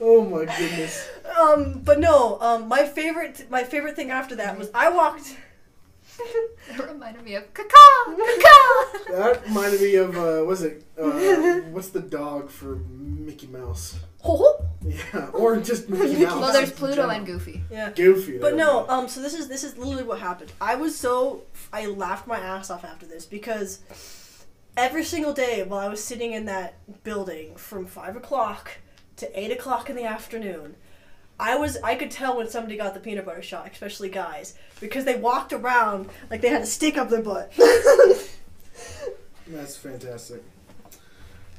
Speaker 1: oh my goodness!
Speaker 2: Um, but no. Um, my favorite, my favorite thing after that was I walked.
Speaker 4: It reminded me of caca, caca.
Speaker 1: That reminded me of uh, was it?
Speaker 4: (laughs)
Speaker 1: Uh, what's the dog for Mickey Mouse?
Speaker 2: Ho, ho.
Speaker 1: Yeah, or
Speaker 4: (laughs)
Speaker 1: just Mickey Mouse.
Speaker 4: Well, there's Pluto and Goofy. uh,
Speaker 2: yeah.
Speaker 1: Goofy.
Speaker 2: But
Speaker 1: there
Speaker 2: no. Um. So this is this is literally what happened. I was so I laughed my ass off after this because every single day while I was sitting in that building from five o'clock to eight o'clock in the afternoon. I was I could tell when somebody got the peanut butter shot, especially guys, because they walked around like they had a stick up their butt. (laughs)
Speaker 1: That's fantastic.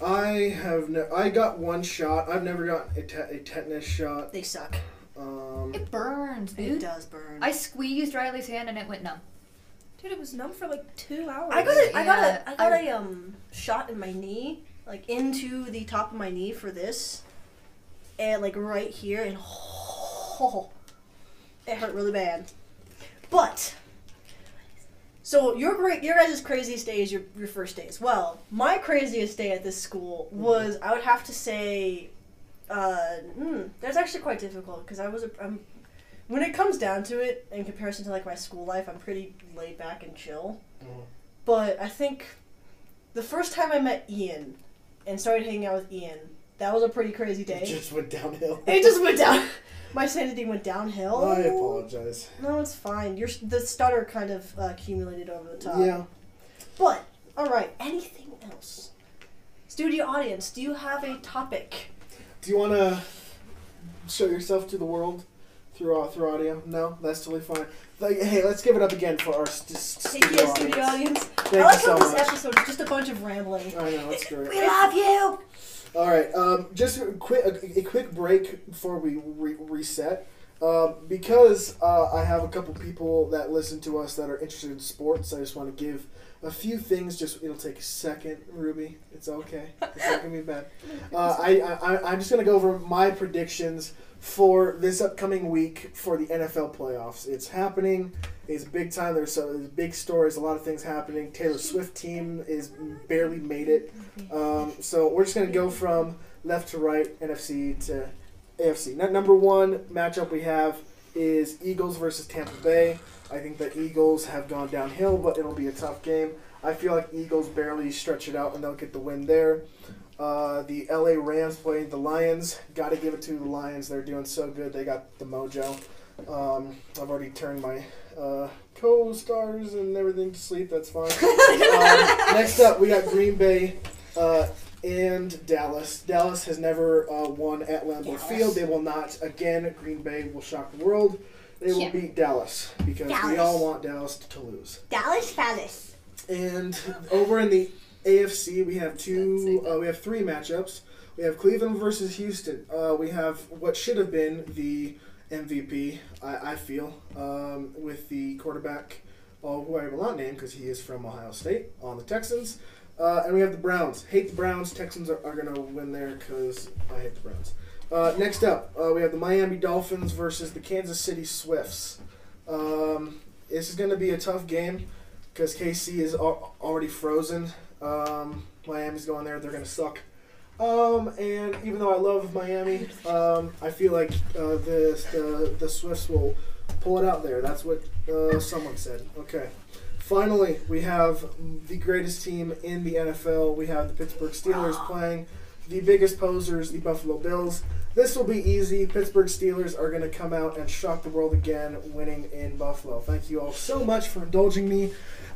Speaker 1: I have no. I got one shot. I've never gotten a, te- a tetanus shot.
Speaker 2: they suck.
Speaker 1: Um,
Speaker 4: It burns,
Speaker 2: It
Speaker 4: dude.
Speaker 2: does burn.
Speaker 4: I squeezed Riley's hand and it went numb.
Speaker 3: Dude, it was numb for like two hours.
Speaker 2: I got a, I got
Speaker 4: Oh, Yeah,
Speaker 2: a, I got
Speaker 4: I-
Speaker 2: a um shot in my knee, like into the top of my knee for this, and like right here, and (sighs) it hurt really bad. But so your great, your guys' craziest day is your your first day as well. My craziest day at this school was I would have to say, uh, mm, that's actually quite difficult because I was a, I'm. When it comes down to it, in comparison to like my school life, I'm pretty laid back and chill.
Speaker 1: Mm-hmm.
Speaker 2: But I think the first time I met Ian and started hanging out with Ian, that was a pretty crazy
Speaker 1: it
Speaker 2: day.
Speaker 1: just went downhill.
Speaker 2: It just went down. (laughs) My sanity went downhill.
Speaker 1: I apologize.
Speaker 2: No, it's fine. Your the stutter kind of uh, accumulated over the top.
Speaker 1: Yeah.
Speaker 2: But all right. Anything else? Studio audience, do you have a topic?
Speaker 1: Do you want to show yourself to the world through au- through audio? No, that's totally fine. Like, hey, let's give it up again for our st- st-
Speaker 2: Take
Speaker 1: studio
Speaker 2: you, studio
Speaker 1: audience.
Speaker 2: audience. I
Speaker 1: Thank
Speaker 2: like
Speaker 1: you so
Speaker 2: how this
Speaker 1: much.
Speaker 2: episode is just a bunch of rambling.
Speaker 1: I know it's great.
Speaker 2: We love you.
Speaker 1: All right, um, just a quick a, a quick break before we re- reset, um, because uh, I have a couple people that listen to us that are interested in sports. I just want to give a few things. Just it'll take a second, Ruby. It's okay. It's not gonna be bad. Uh, I, I I- I'm just gonna go over my predictions for this upcoming week for the NFL playoffs. It's happening. It's big time. There's so there's big stories. A lot of things happening. Taylor Swift team is barely made it. Um, so we're just gonna go from left to right, NFC to AFC. Now, number one matchup we have is Eagles versus Tampa Bay. I think the Eagles have gone downhill, but it'll be a tough game. I feel like Eagles barely stretch it out and they'll get the win there. Uh, the LA Rams playing the Lions. Got to give it to the Lions. They're doing so good. They got the mojo. Um, I've already turned my uh, co-stars and everything to sleep. That's
Speaker 2: (laughs)
Speaker 1: fine. um, next up, we got Green Bay uh, and Dallas. Dallas has never uh, won at Lambeau
Speaker 2: Dallas.
Speaker 1: Field. They will not again. Green Bay will shock the world. They will
Speaker 4: Yeah.
Speaker 1: beat Dallas because we
Speaker 2: Dallas.
Speaker 1: all want Dallas to lose.
Speaker 2: Dallas Palace.
Speaker 1: And over in the AFC, we have two. Uh, we have three matchups. We have Cleveland versus Houston. Uh, we have what should have been the MVP, I, I feel, um, with the quarterback, uh, who I will not name because he is from Ohio State, on the Texans. Uh, and we have the Browns. Hate the Browns. Texans are, are going to win there because I hate the Browns. Uh, next up, uh, we have the Miami Dolphins versus the Kansas City Swifts. Um, This is going to be a tough game because KC is al- already frozen. Um, Miami's going there; they're going to suck. Um, and even though I love Miami, um, I feel like uh, the, the the Swifts will pull it out there. That's what uh, someone said. Okay. Finally, we have the greatest team in the NFL. We have the Pittsburgh Steelers playing the biggest posers, the Buffalo Bills. This will be easy. Pittsburgh Steelers are going to come out and shock the world again, winning in Buffalo. Thank you all so much for indulging me,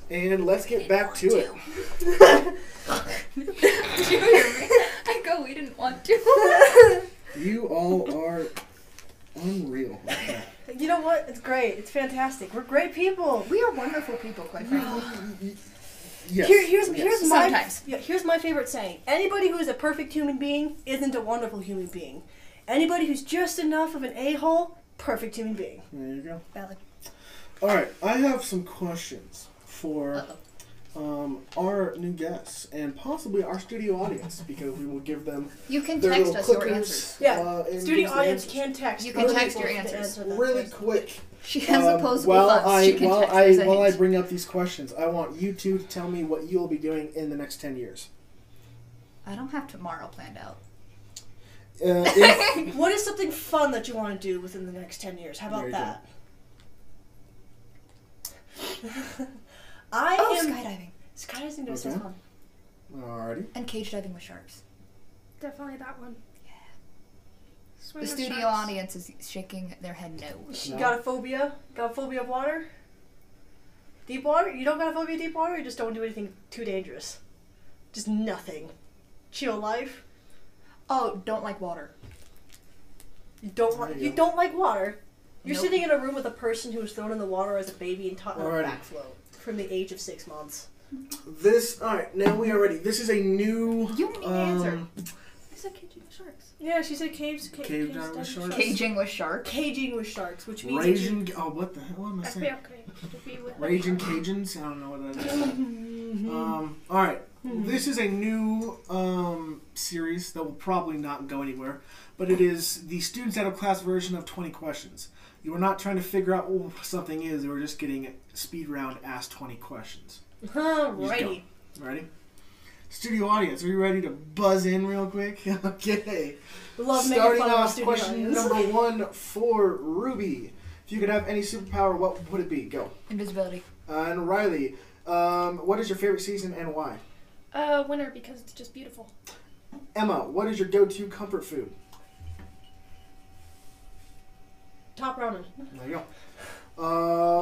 Speaker 1: and let's get back to it.
Speaker 4: Did you hear (laughs) me? I go, we didn't want to. (laughs)
Speaker 1: You all are unreal.
Speaker 2: You know what? It's great. It's fantastic. We're great people.
Speaker 5: We are wonderful people, quite frankly.
Speaker 1: Yes.
Speaker 2: Here, here's
Speaker 1: yes.
Speaker 2: here's my
Speaker 4: Sometimes.
Speaker 2: yeah, here's my favorite saying. Anybody who is a perfect human being isn't a wonderful human being. Anybody who's just enough of an a hole, perfect human being.
Speaker 1: There you go.
Speaker 5: Valid.
Speaker 1: All right, I have some questions for um, our new guests and possibly our studio audience because we will give them
Speaker 4: You can
Speaker 1: their
Speaker 4: text
Speaker 1: little
Speaker 4: us
Speaker 1: clickers.
Speaker 4: your answers.
Speaker 2: Yeah.
Speaker 1: uh, and
Speaker 2: Studio
Speaker 1: give us the
Speaker 2: audience
Speaker 1: answers.
Speaker 2: can text.
Speaker 4: You can
Speaker 2: Really
Speaker 4: text your
Speaker 2: quick to
Speaker 4: answers.
Speaker 2: answer that
Speaker 1: really
Speaker 2: first.
Speaker 1: quick.
Speaker 4: She has
Speaker 1: Um,
Speaker 4: opposable
Speaker 1: while
Speaker 4: thoughts.
Speaker 1: I
Speaker 4: she can
Speaker 1: while
Speaker 4: text
Speaker 1: I
Speaker 4: us a
Speaker 1: while I
Speaker 4: hint.
Speaker 1: bring up these questions, I want you two to tell me what you'll be doing in the next ten years.
Speaker 5: I don't have tomorrow planned out.
Speaker 2: (laughs)
Speaker 1: Uh, if,
Speaker 2: What is something fun that you want to do within the next 10 years? How
Speaker 1: There
Speaker 2: about
Speaker 1: you go.
Speaker 2: that? (laughs) I
Speaker 5: Oh,
Speaker 2: am.
Speaker 5: skydiving
Speaker 2: Skydiving does
Speaker 1: Okay.
Speaker 2: sound fun.
Speaker 1: alrighty.
Speaker 5: and cage diving with sharks.
Speaker 3: Definitely that one.
Speaker 4: Yeah.
Speaker 3: Swim
Speaker 4: The
Speaker 3: with
Speaker 4: studio
Speaker 3: sharks.
Speaker 4: audience is shaking their head no.
Speaker 2: She
Speaker 1: No.
Speaker 2: got a phobia. Got a phobia of water. Deep water? You don't got a phobia of deep water? You just don't do anything too dangerous. Just nothing. Chill life.
Speaker 5: Oh, don't like water.
Speaker 2: You don't
Speaker 1: There
Speaker 2: like
Speaker 1: you
Speaker 2: you
Speaker 1: go.
Speaker 2: don't like water. You're
Speaker 5: Nope.
Speaker 2: sitting in a room with a person who was thrown in the water as a baby and taught how to
Speaker 1: Alrighty.
Speaker 2: backflow from the age of six months.
Speaker 1: This all right. Now we are ready. This is a new.
Speaker 5: You don't need to answer.
Speaker 1: um,
Speaker 5: I said caging with sharks.
Speaker 2: Yeah, she said caves. Ca-
Speaker 1: Cave
Speaker 2: caves
Speaker 1: diving
Speaker 2: dive
Speaker 1: sharks?
Speaker 4: Caging with sharks.
Speaker 2: Caging with sharks, which means that you-
Speaker 1: Raging. Oh, what the hell am I
Speaker 3: I'd
Speaker 1: saying?
Speaker 3: be okay to be with them.
Speaker 1: Raging Cajuns. I don't know what that is. um, all right. This is a new um, series that will probably not go anywhere, but it is the students out of class version of 20 questions. You are not trying to figure out what something is, you are just getting a speed round asked 20 questions.
Speaker 2: Alrighty.
Speaker 1: Ready? Studio audience, are you ready to buzz in real quick? (laughs) okay.
Speaker 2: Love making
Speaker 1: Starting
Speaker 2: fun of our
Speaker 1: off,
Speaker 2: student
Speaker 1: question
Speaker 2: audience.
Speaker 1: number one for Ruby. If you could have any superpower, what would it be? Go.
Speaker 4: Invisibility.
Speaker 1: Uh, and Riley, um, what is your favorite season and why?
Speaker 3: Uh, winter because it's just beautiful.
Speaker 1: Emma, what is your go-to comfort food?
Speaker 2: Top ramen.
Speaker 1: There you go.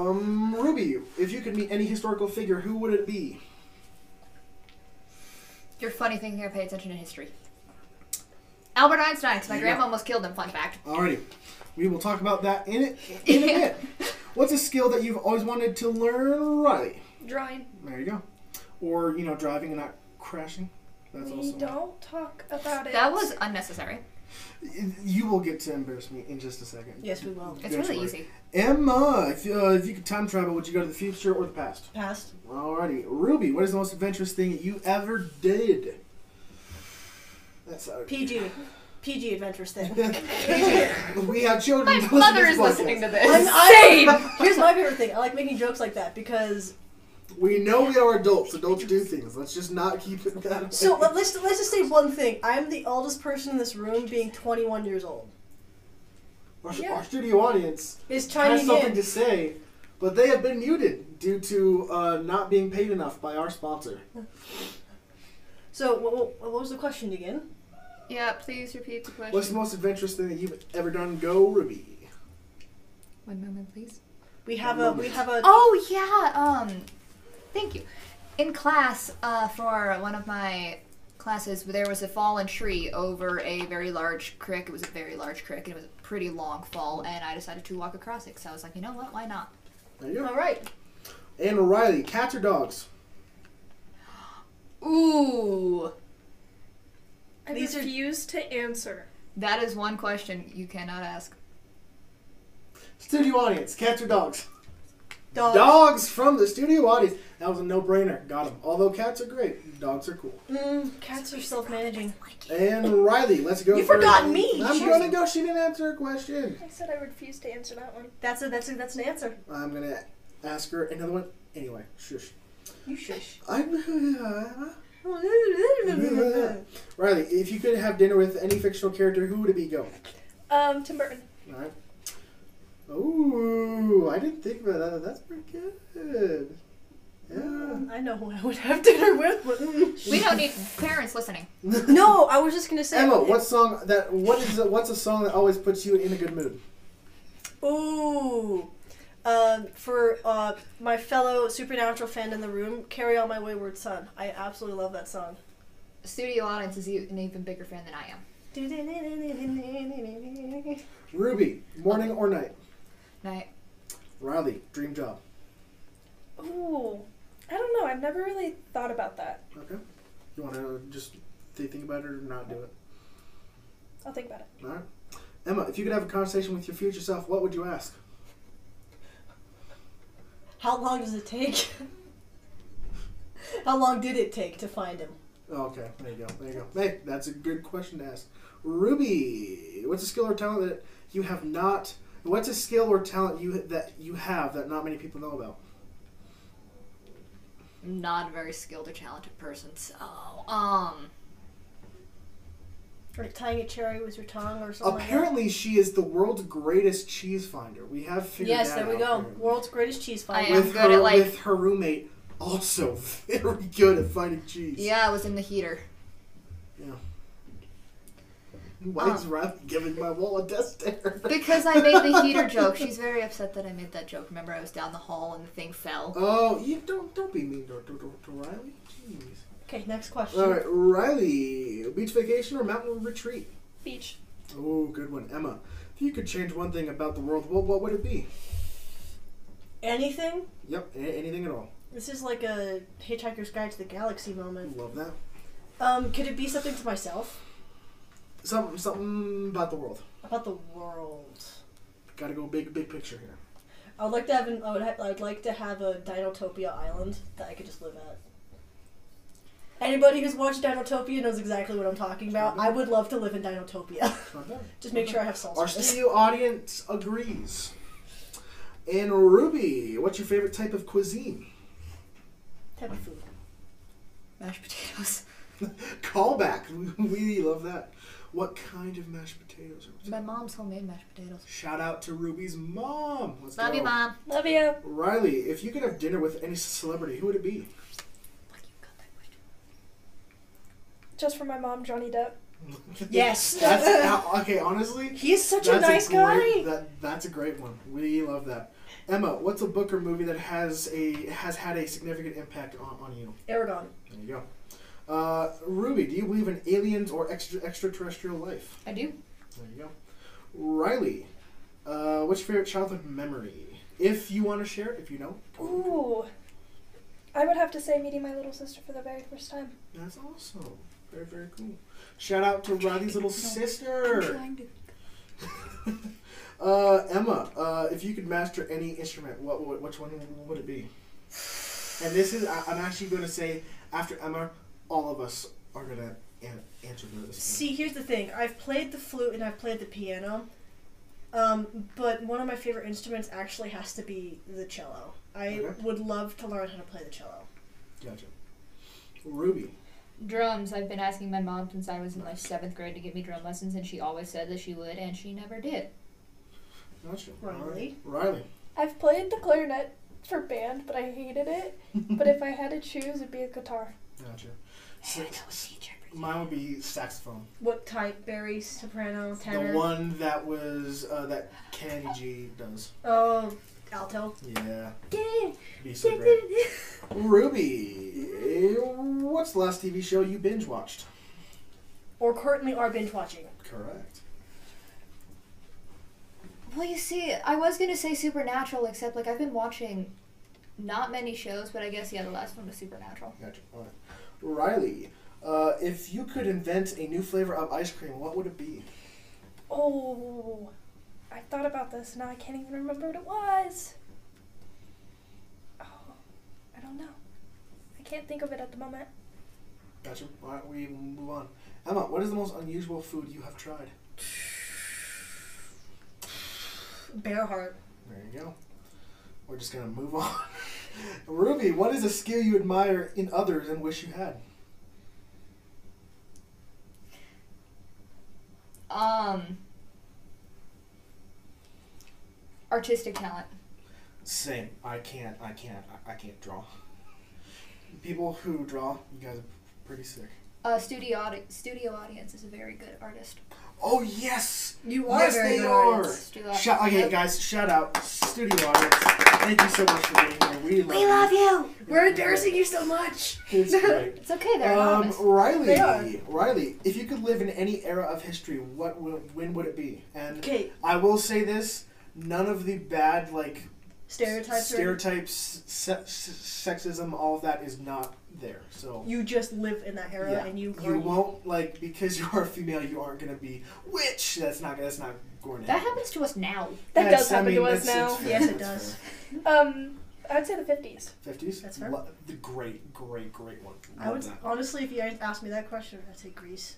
Speaker 1: Um, Ruby, if you could meet any historical figure, who would it be?
Speaker 4: You're funny thinking I pay attention to history. Albert Einstein, 'cause my
Speaker 1: Yeah.
Speaker 4: grandma almost killed him. Fun fact.
Speaker 1: (laughs) Alrighty, we will talk about that in it
Speaker 2: (laughs)
Speaker 1: in a bit. What's a skill that you've always wanted to learn, Riley?
Speaker 3: Drawing.
Speaker 1: There you go. Or you know, driving and not crashing. That's
Speaker 3: we
Speaker 1: also. one.
Speaker 3: don't talk about it.
Speaker 4: That was unnecessary.
Speaker 1: You will get to embarrass me in just a second.
Speaker 2: Yes, we will.
Speaker 4: It's
Speaker 1: Don't
Speaker 4: really
Speaker 1: worry.
Speaker 4: easy.
Speaker 1: Emma, if, uh, if you could time travel, would you go to the future or the past?
Speaker 2: Past.
Speaker 1: Alrighty, Ruby, what is the most adventurous thing you ever did? That's uh, our (laughs)
Speaker 2: PG. PG adventurous thing.
Speaker 1: we have children.
Speaker 4: My
Speaker 1: listening (laughs)
Speaker 4: mother
Speaker 1: this
Speaker 4: is
Speaker 1: podcast.
Speaker 4: listening to
Speaker 2: I'm-
Speaker 4: this.
Speaker 2: I'm- (laughs) Here's my favorite thing. I like making jokes like that because
Speaker 1: We know we are adults. Adults do things. Let's just not keep it that. Way.
Speaker 2: so let- let's let's just say one thing. I'm the oldest person in this room, being 21 years old.
Speaker 1: our,
Speaker 2: yeah.
Speaker 1: our studio audience
Speaker 2: Is
Speaker 1: has
Speaker 2: chiming
Speaker 1: something
Speaker 2: in.
Speaker 1: to say, but they have been muted due to uh, not being paid enough by our sponsor.
Speaker 2: So what, what, what was the question again?
Speaker 4: yeah, please repeat the question.
Speaker 1: What's the most adventurous thing that you've ever done? Go, Ruby.
Speaker 4: One moment, please.
Speaker 2: We have a we have a (laughs)
Speaker 4: Oh yeah. Um, thank you. In class, uh, for one of my classes, there was a fallen tree over a very large creek. It was a very large creek, and it was a pretty long fall. And I decided to walk across it. So I was like, you know what? Why not?
Speaker 1: There you go.
Speaker 2: all right.
Speaker 1: And Riley, cats or dogs?
Speaker 4: Ooh,
Speaker 3: I
Speaker 2: These are-
Speaker 3: refuse to answer.
Speaker 4: that is one question you cannot ask.
Speaker 1: Studio audience, cats or dogs?
Speaker 2: Dog.
Speaker 1: Dogs from the studio audience. That was a no-brainer. Got them. Although cats are great, dogs are cool.
Speaker 2: Mm, cats are self-managing.
Speaker 1: And Riley, let's go.
Speaker 2: You
Speaker 1: for-
Speaker 2: forgot me.
Speaker 1: I'm
Speaker 2: Jeez.
Speaker 1: gonna go. She didn't answer a question.
Speaker 3: I said I refuse to answer that one.
Speaker 2: That's a that's a that's an answer.
Speaker 1: I'm gonna ask her another one. Anyway, shush.
Speaker 2: You
Speaker 1: (laughs)
Speaker 2: shush.
Speaker 1: I'm.
Speaker 2: Tim
Speaker 1: Riley, if you could have dinner with any fictional character, who would it be going?
Speaker 3: Um, Tim Burton.
Speaker 1: Alright. Ooh, I didn't think about that. That's pretty good. Yeah.
Speaker 2: I know who I would have dinner with,
Speaker 4: (laughs)
Speaker 2: but mm.
Speaker 4: We don't need parents listening.
Speaker 2: no. I was just gonna say.
Speaker 1: Emma, what song that what is what's a song that always puts you in a good mood?
Speaker 2: Ooh. Um, for uh, my fellow supernatural fan in the room, "Carry On My Wayward Son." I absolutely love that song.
Speaker 4: Studio audience is e- an even bigger fan than I am.
Speaker 1: Ruby, morning or night?
Speaker 4: Night.
Speaker 1: Riley, dream job.
Speaker 3: Ooh, I don't know. I've never really thought about that.
Speaker 1: Okay. You want to just th- think about it or not do it?
Speaker 3: I'll think about it.
Speaker 1: All right. Emma, if you could have a conversation with your future self, what would you ask?
Speaker 2: How long does it take? (laughs) How long did it take to find him?
Speaker 1: Oh, okay, there you go. There you go. Hey, that's a good question to ask. Ruby, what's a skill or talent that you have not? What's a skill or talent you that you have that not many people know about?
Speaker 4: I'm not a very skilled or talented person, so um
Speaker 2: Like tying a cherry with your tongue or something. like that?
Speaker 1: Apparently, she is the world's greatest cheese finder. We have figured
Speaker 2: Yes,
Speaker 1: that
Speaker 2: there we
Speaker 1: out
Speaker 2: go.
Speaker 1: apparently.
Speaker 2: World's greatest cheese
Speaker 4: I am
Speaker 2: finder.
Speaker 1: With
Speaker 4: good at,
Speaker 1: her,
Speaker 4: like-
Speaker 1: with her roommate, also (laughs) very good at finding cheese.
Speaker 4: yeah, I was in the heater.
Speaker 1: Why is Riley giving my wall a death stare? (laughs)
Speaker 4: Uh. Because I made the heater joke. She's very upset that I made that joke. Remember I was down the hall and the thing fell.
Speaker 1: Oh, you don't don't be mean to, to, to, to Riley. Jeez.
Speaker 2: Okay, next question.
Speaker 1: All right, Riley, beach vacation or mountain retreat?
Speaker 3: Beach.
Speaker 1: Oh, good one, Emma. If you could change one thing about the world, what, what would it be?
Speaker 2: Anything?
Speaker 1: Yep, a- anything at all.
Speaker 2: This is like a Hitchhiker's Guide to the Galaxy moment.
Speaker 1: Love that.
Speaker 2: Um, could it be something to myself
Speaker 1: Something, something about the world.
Speaker 2: about the world?
Speaker 1: Got to go big, big picture here.
Speaker 2: I would like to have an. I would ha- I'd like to have a Dinotopia island that I could just live at. Anybody who's watched Dinotopia knows exactly what I'm talking about. I would love to live in Dinotopia. (laughs)
Speaker 1: Not bad.
Speaker 2: just make sure I have salt.
Speaker 1: Our studio audience agrees. And Ruby, what's your favorite type of cuisine? (laughs)
Speaker 2: type of food.
Speaker 4: Mashed potatoes.
Speaker 1: Callback. (laughs) We love that. What kind of mashed potatoes? Are
Speaker 4: My mom's homemade mashed potatoes.
Speaker 1: Shout out to Ruby's mom. Let's
Speaker 4: Love
Speaker 1: go.
Speaker 4: you, mom.
Speaker 3: Love you.
Speaker 1: Riley, if you could have dinner with any celebrity, who would it be? (laughs)
Speaker 3: Just for my mom, Johnny Depp.
Speaker 2: Yes.
Speaker 1: That's uh, okay. Honestly,
Speaker 2: He is such a
Speaker 1: that's
Speaker 2: nice
Speaker 1: great,
Speaker 2: guy.
Speaker 1: That, that's a great one. We love that. Emma, what's a book or movie that has a has had a significant impact on, on you?
Speaker 2: Aragon.
Speaker 1: There you go. Uh, Ruby, do you believe in aliens or extra, extraterrestrial life?
Speaker 4: I do.
Speaker 1: There you go. Riley, uh, what's your favorite childhood memory? If you want to share, it, if you know.
Speaker 3: Ooh. I would have to say meeting my little sister for the very first time.
Speaker 1: That's awesome. Very, very cool. Shout out to Riley's little sister. (laughs)
Speaker 5: Trying to.
Speaker 1: Uh, Emma, uh, if you could master any instrument, what, what which one would it be? And this is, I, I'm actually going to say, after Emma, all of us are going to an- answer this.
Speaker 2: See, here's the thing. I've played the flute and I've played the piano, um, but one of my favorite instruments actually has to be the cello. I
Speaker 1: Okay.
Speaker 2: would love to learn how to play the cello.
Speaker 1: Gotcha. Ruby.
Speaker 4: Drums. I've been asking my mom since I was in like seventh grade to give me drum lessons, and she always said that she would, and she never did.
Speaker 1: Gotcha.
Speaker 2: Riley.
Speaker 1: Riley.
Speaker 3: I've played the clarinet for band, but I hated it. but if I had to choose, it'd be a guitar.
Speaker 1: Gotcha. Six. Mine would be saxophone.
Speaker 2: What type? Barry, soprano, tenor?
Speaker 1: The one that was, uh, that Kenji does.
Speaker 2: Oh, alto.
Speaker 1: Yeah.
Speaker 2: Yeah.
Speaker 1: Be so great. Ruby, what's the last TV show you binge watched?
Speaker 2: (laughs) or currently are binge watching.
Speaker 1: Correct.
Speaker 4: Well, you see, I was gonna say Supernatural, except like I've been watching not many shows, but I guess yeah, the last one was Supernatural.
Speaker 1: Gotcha. All right. Riley, uh, if you could invent a new flavor of ice cream, what would it be?
Speaker 3: Oh. I thought about this. Now I can't even remember what it was. Oh. I don't know. I can't think of it at the moment.
Speaker 1: Gotcha. All right, we move on. Emma, what is the most unusual food you have tried?
Speaker 2: Bearheart.
Speaker 1: There you go. We're just gonna move (laughs) on. Ruby, what is a skill you admire in others and wish you had?
Speaker 4: Um, artistic talent.
Speaker 1: Same. I can't. I can't. I, I can't draw. People who draw, you guys are pretty sick.
Speaker 4: Uh, studio audi- studio audience is a very good artist.
Speaker 1: Oh yes.
Speaker 2: You
Speaker 1: yes,
Speaker 2: very
Speaker 1: they
Speaker 2: good
Speaker 1: are.
Speaker 2: artist.
Speaker 4: Studio
Speaker 1: Shout, okay, guys. Shout out studio audience. Thank you so much for being here. We love you.
Speaker 2: you. We're embarrassing you so much.
Speaker 1: It's (laughs) great.
Speaker 4: It's okay, they're
Speaker 1: Um,
Speaker 4: anonymous.
Speaker 1: Riley,
Speaker 2: They are.
Speaker 1: Riley, if you could live in any era of history, what would, when would it be? And
Speaker 2: Okay,
Speaker 1: I will say this: none of the bad like
Speaker 2: stereotypes. are
Speaker 1: stereotypes, se- se- sexism, all of that is not there. So
Speaker 2: You just live in that era,
Speaker 1: Yeah.
Speaker 2: and you.
Speaker 1: you won't like because (laughs) you are a female, you aren't gonna be witch. That's not that's not going to
Speaker 4: That happens to us now.
Speaker 3: That
Speaker 1: That's-
Speaker 3: does happen
Speaker 1: I mean,
Speaker 3: to us
Speaker 1: that's-
Speaker 3: now.
Speaker 1: it's fair,
Speaker 2: (laughs) Yes, it
Speaker 1: that's
Speaker 2: does.
Speaker 1: fair.
Speaker 3: Um, I'd say the 50s.
Speaker 1: 50s?
Speaker 2: That's fair.
Speaker 1: Lo- the great, great, great one.
Speaker 2: I
Speaker 1: Love
Speaker 2: would
Speaker 1: that.
Speaker 2: honestly, if you guys asked me that question, I'd say Greece.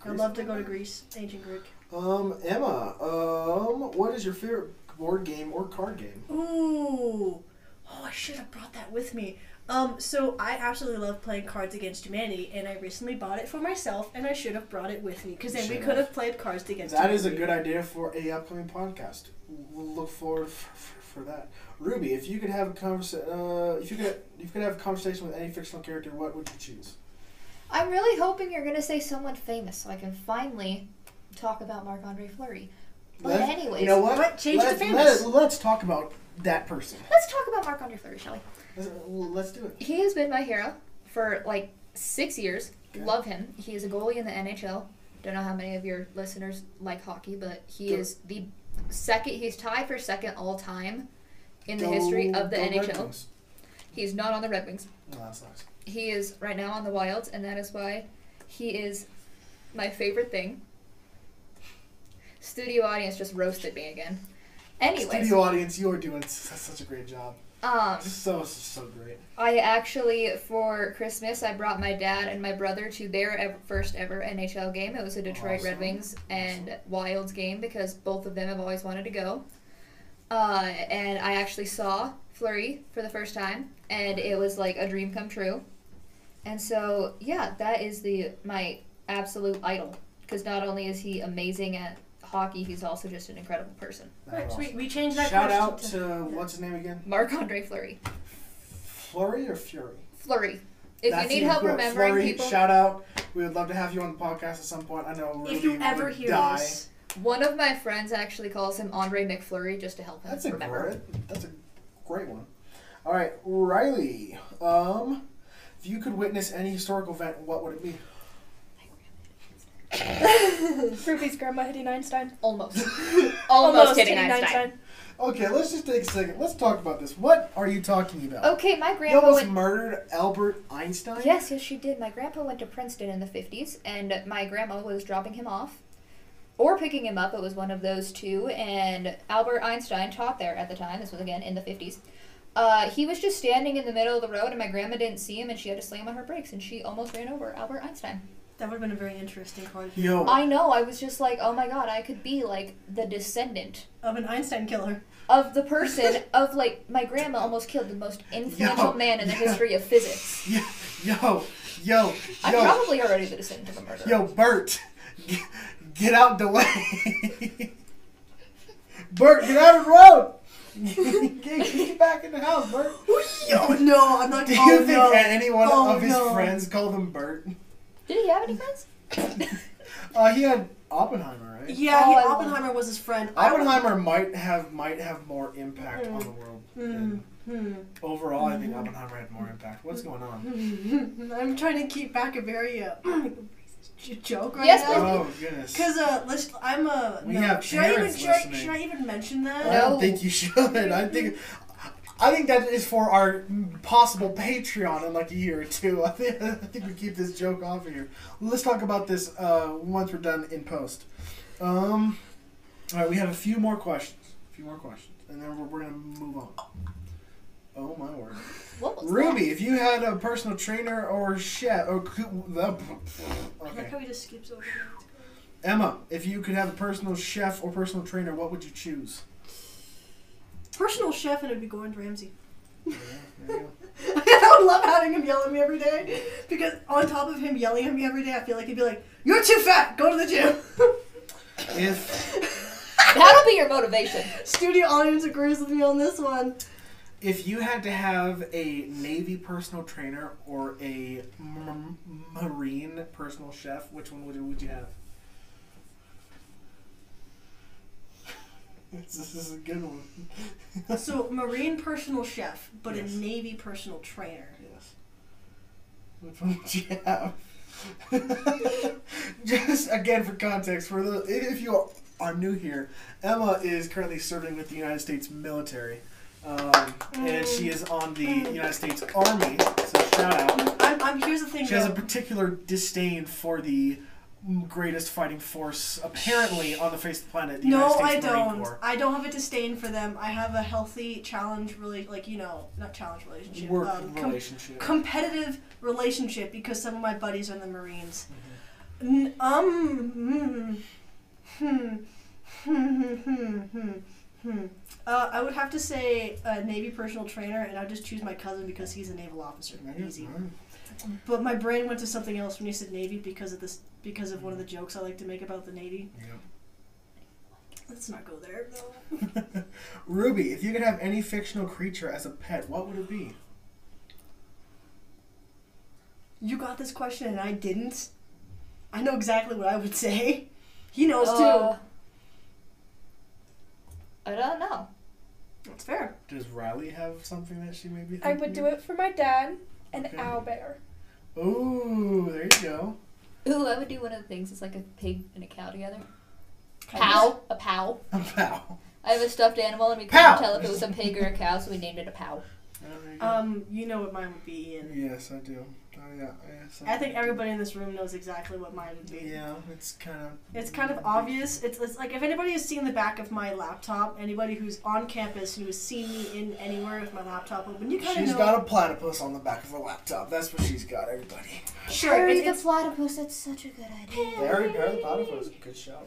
Speaker 1: Greece.
Speaker 2: I'd love to go to Greece, ancient Greek.
Speaker 1: Um, Emma, um, what is your favorite board game or card game?
Speaker 2: Ooh, oh, I should have brought that with me. Um, so I absolutely love playing Cards Against Humanity, and I recently bought it for myself, and I should have brought it with me because
Speaker 1: You
Speaker 2: then we
Speaker 1: should
Speaker 2: could
Speaker 1: have.
Speaker 2: have played Cards Against.
Speaker 1: That is a
Speaker 2: Humanity.
Speaker 1: good idea for a upcoming podcast. We'll look forward f- f- for that. Ruby, if you could have a conversation, uh, if you could, if you could have a conversation with any fictional character, what would you choose?
Speaker 4: I'm really hoping you're gonna say someone famous so I can finally talk about Marc Andre Fleury. But
Speaker 1: Let's-
Speaker 4: anyways,
Speaker 1: you know what?
Speaker 2: What? Change
Speaker 1: let's,
Speaker 2: to famous.
Speaker 1: Let, let's talk about that person.
Speaker 4: let's talk about Marc Andre Fleury, shall we?
Speaker 1: Let's, let's do it.
Speaker 4: He has been my hero for like six years.
Speaker 1: Okay.
Speaker 4: Love him. He is a goalie in the NHL. Don't know how many of your listeners like hockey, but he
Speaker 1: Go-
Speaker 4: is the second. He's tied for second all time in the
Speaker 1: Go-
Speaker 4: history of the
Speaker 1: go Red
Speaker 4: NHL.
Speaker 1: Wings.
Speaker 4: He's not on the Red Wings.
Speaker 1: No, that's nice.
Speaker 4: He is right now on the Wilds, and that is why he is my favorite thing. Studio audience just roasted me again. Anyways,
Speaker 1: Studio audience, you are doing s- such a great job.
Speaker 4: um,
Speaker 1: So so great.
Speaker 4: I actually, for Christmas, I brought my dad and my brother to their ev- first ever NHL game. It was a Detroit
Speaker 1: Awesome.
Speaker 4: Red Wings and Wilds game because both of them have always wanted to go. Uh, and I actually saw Flurry for the first time, and it was like a dream come true. And so, yeah, that is the my absolute idol because not only is he amazing at hockey, he's also just an incredible person.
Speaker 1: That
Speaker 2: Right,
Speaker 1: was
Speaker 2: so we,
Speaker 1: awesome.
Speaker 2: we changed that
Speaker 1: Shout
Speaker 2: question
Speaker 1: out
Speaker 2: to-
Speaker 1: to what's his name again?
Speaker 4: Marc Andre Fleury,
Speaker 1: Flurry or Fury?
Speaker 4: Flurry. If
Speaker 1: That's
Speaker 4: you need
Speaker 1: even
Speaker 4: help
Speaker 1: cooler.
Speaker 4: remembering
Speaker 1: Flurry,
Speaker 4: people,
Speaker 1: shout out. We would love to have you on the podcast at some point. I know Ruby
Speaker 2: If you
Speaker 1: would
Speaker 2: ever hear
Speaker 1: die.
Speaker 2: this,
Speaker 4: One of my friends actually calls him Andre McFlurry just to help him
Speaker 1: That's a
Speaker 4: remember.
Speaker 1: great. That's a great one. All right, Riley. Um, if you could witness any historical event, what would it be?
Speaker 3: Ruby's grandma hitting Einstein.
Speaker 1: (laughs)
Speaker 4: Almost. Almost, hitting
Speaker 3: hitting
Speaker 4: Einstein.
Speaker 1: Okay, let's just take a second. Let's talk about this. What are you talking
Speaker 2: Oh,
Speaker 1: about?
Speaker 4: Okay, my
Speaker 1: you
Speaker 4: grandpa
Speaker 1: almost
Speaker 4: went.
Speaker 1: murdered Albert Einstein.
Speaker 4: Yes, yes, she did. My grandpa went to Princeton in the 50s, and my grandma was dropping him off or picking him up. It was one of those two, and Albert Einstein taught there at the time. This was again in the 50s. Uh, he was just standing in the middle of the road, and my grandma didn't see him, and she had to slam on her brakes, and she almost ran over Albert Einstein.
Speaker 2: that would have been a very interesting card
Speaker 1: Yo,
Speaker 4: I know, I was just like, oh my god, I could be like the descendant
Speaker 2: of an Einstein killer.
Speaker 4: of the person of like my grandma almost killed the most
Speaker 1: Yo,
Speaker 4: influential man in the
Speaker 1: yeah.
Speaker 4: history of physics.
Speaker 1: (laughs) yo, yo, yo,
Speaker 4: I'm
Speaker 1: yo,
Speaker 4: probably already the descendant of a murderer.
Speaker 1: yo, Bert, (laughs) get, get out the way. (laughs) Bert, get out of the road. (laughs) get, get back in the house, Bert.
Speaker 2: (laughs) Oh no, I'm not.
Speaker 1: Do you
Speaker 2: oh,
Speaker 1: think
Speaker 2: no.
Speaker 1: anyone
Speaker 2: Oh,
Speaker 1: of his
Speaker 2: no.
Speaker 1: friends called him Bert?
Speaker 4: Did he have any friends?
Speaker 1: (laughs) Uh, he had Oppenheimer, right?
Speaker 2: Yeah,
Speaker 4: Oh,
Speaker 2: he,
Speaker 4: I love-
Speaker 2: Oppenheimer was his friend. I would-
Speaker 1: Oppenheimer might have might have more impact on the world.
Speaker 2: Hmm.
Speaker 1: than-
Speaker 2: Hmm. (laughs)
Speaker 1: Overall, I think Oppenheimer had more impact.
Speaker 2: Mm.
Speaker 1: What's going on?
Speaker 2: I'm trying to keep back a very uh, (clears throat) j- joke right
Speaker 4: Yes,
Speaker 2: now.
Speaker 1: Oh goodness!
Speaker 2: Because uh, let's, I'm a.
Speaker 1: We
Speaker 2: no.
Speaker 1: have
Speaker 2: should, I even,
Speaker 1: parents
Speaker 2: should, I,
Speaker 1: listening.
Speaker 2: should I even mention
Speaker 1: I
Speaker 2: that?
Speaker 1: don't
Speaker 4: No.
Speaker 1: think you should. I think. I think that is for our possible Patreon in like a year or two. (laughs) I think, I think we keep this joke off of here. Let's talk about this uh, once we're done in post. Um, all right, we have a few more questions. A few more questions, and then we're, we're gonna move on. Oh my word!
Speaker 4: What was
Speaker 1: Ruby, if you had a personal trainer or chef, or cou- the
Speaker 2: I like
Speaker 1: okay.
Speaker 2: how he just skips over. that.
Speaker 1: Emma, if you could have a personal chef or personal trainer, what would you choose?
Speaker 2: Personal chef, and it'd be Gordon Ramsay.
Speaker 1: Yeah, there you
Speaker 2: (laughs) I would love having him yell at me every day because on top of him yelling at me every day, I feel like he'd be like, "You're too fat. Go to the gym." (laughs)
Speaker 1: go. If
Speaker 4: That'll be your motivation.
Speaker 2: Studio audience agrees with me on
Speaker 1: (laughs)
Speaker 2: this one.
Speaker 1: if you had to have a Navy personal trainer or a m- Marine personal chef, which one would you, would you have? This, this is a good one.
Speaker 2: So Marine personal chef, but
Speaker 1: Yes.
Speaker 2: a Navy personal trainer.
Speaker 1: Yes. Which one would you have? (laughs) Just again for context, for the if you are new here, Emma is currently serving with the United States military, um, and she is on the United States Army. So shout out.
Speaker 2: I'm, I'm here's the thing.
Speaker 1: She has a
Speaker 2: though.
Speaker 1: particular disdain for the greatest fighting force apparently on the face of the planet, the
Speaker 2: no, I
Speaker 1: United States Marine
Speaker 2: don't.
Speaker 1: Corps.
Speaker 2: I don't have a disdain for them. I have a healthy challenge, really, like you know, not challenge relationship,
Speaker 1: Work
Speaker 2: um, com-
Speaker 1: relationship.
Speaker 2: competitive relationship because some of my buddies are in the Marines. N- um, hmm, hmm, hmm, hmm, hmm, hmm. Uh, I would have to say a Navy personal trainer, and I'd just choose my cousin because he's a naval officer. Easy. But my brain went to something else when you said Navy because of this, because of one of the jokes I like to make about the Navy. Let's not go there. though.
Speaker 1: (laughs) Ruby, if you could have any fictional creature as a pet, what would it be?
Speaker 2: You got this question and I didn't. I know exactly what I would say. He knows
Speaker 4: Uh, I don't know.
Speaker 2: too. That's fair.
Speaker 1: Does Riley have something that she maybe?
Speaker 3: I would do it for my dad, an
Speaker 4: Mm-hmm.
Speaker 1: Okay.
Speaker 3: owl bear.
Speaker 1: Ooh, there you go. (laughs)
Speaker 4: Ooh, I would do one of the things. It's like a pig and a cow together. Pow, a pow.
Speaker 1: A pow.
Speaker 4: I have a stuffed animal, and we
Speaker 1: Pow!
Speaker 4: couldn't tell if it was a pig or a cow, so we named it a pow.
Speaker 1: There you go.
Speaker 2: Um, you know what mine would be, Ian.
Speaker 1: yes, I do. Oh yeah, yes.
Speaker 2: I think everybody in this room knows exactly what mine would be.
Speaker 1: Yeah, it's kind of.
Speaker 2: It's kind of obvious. It's, it's like if anybody has seen the back of my laptop, anybody who's on campus who has seen me in anywhere with my laptop open, you kind of
Speaker 1: She's
Speaker 2: know.
Speaker 1: got a platypus on the back of her laptop. That's what she's got, everybody.
Speaker 2: sure, it's, it's
Speaker 4: platypus. That's such a good idea.
Speaker 1: Very Perry platypus. Good shout.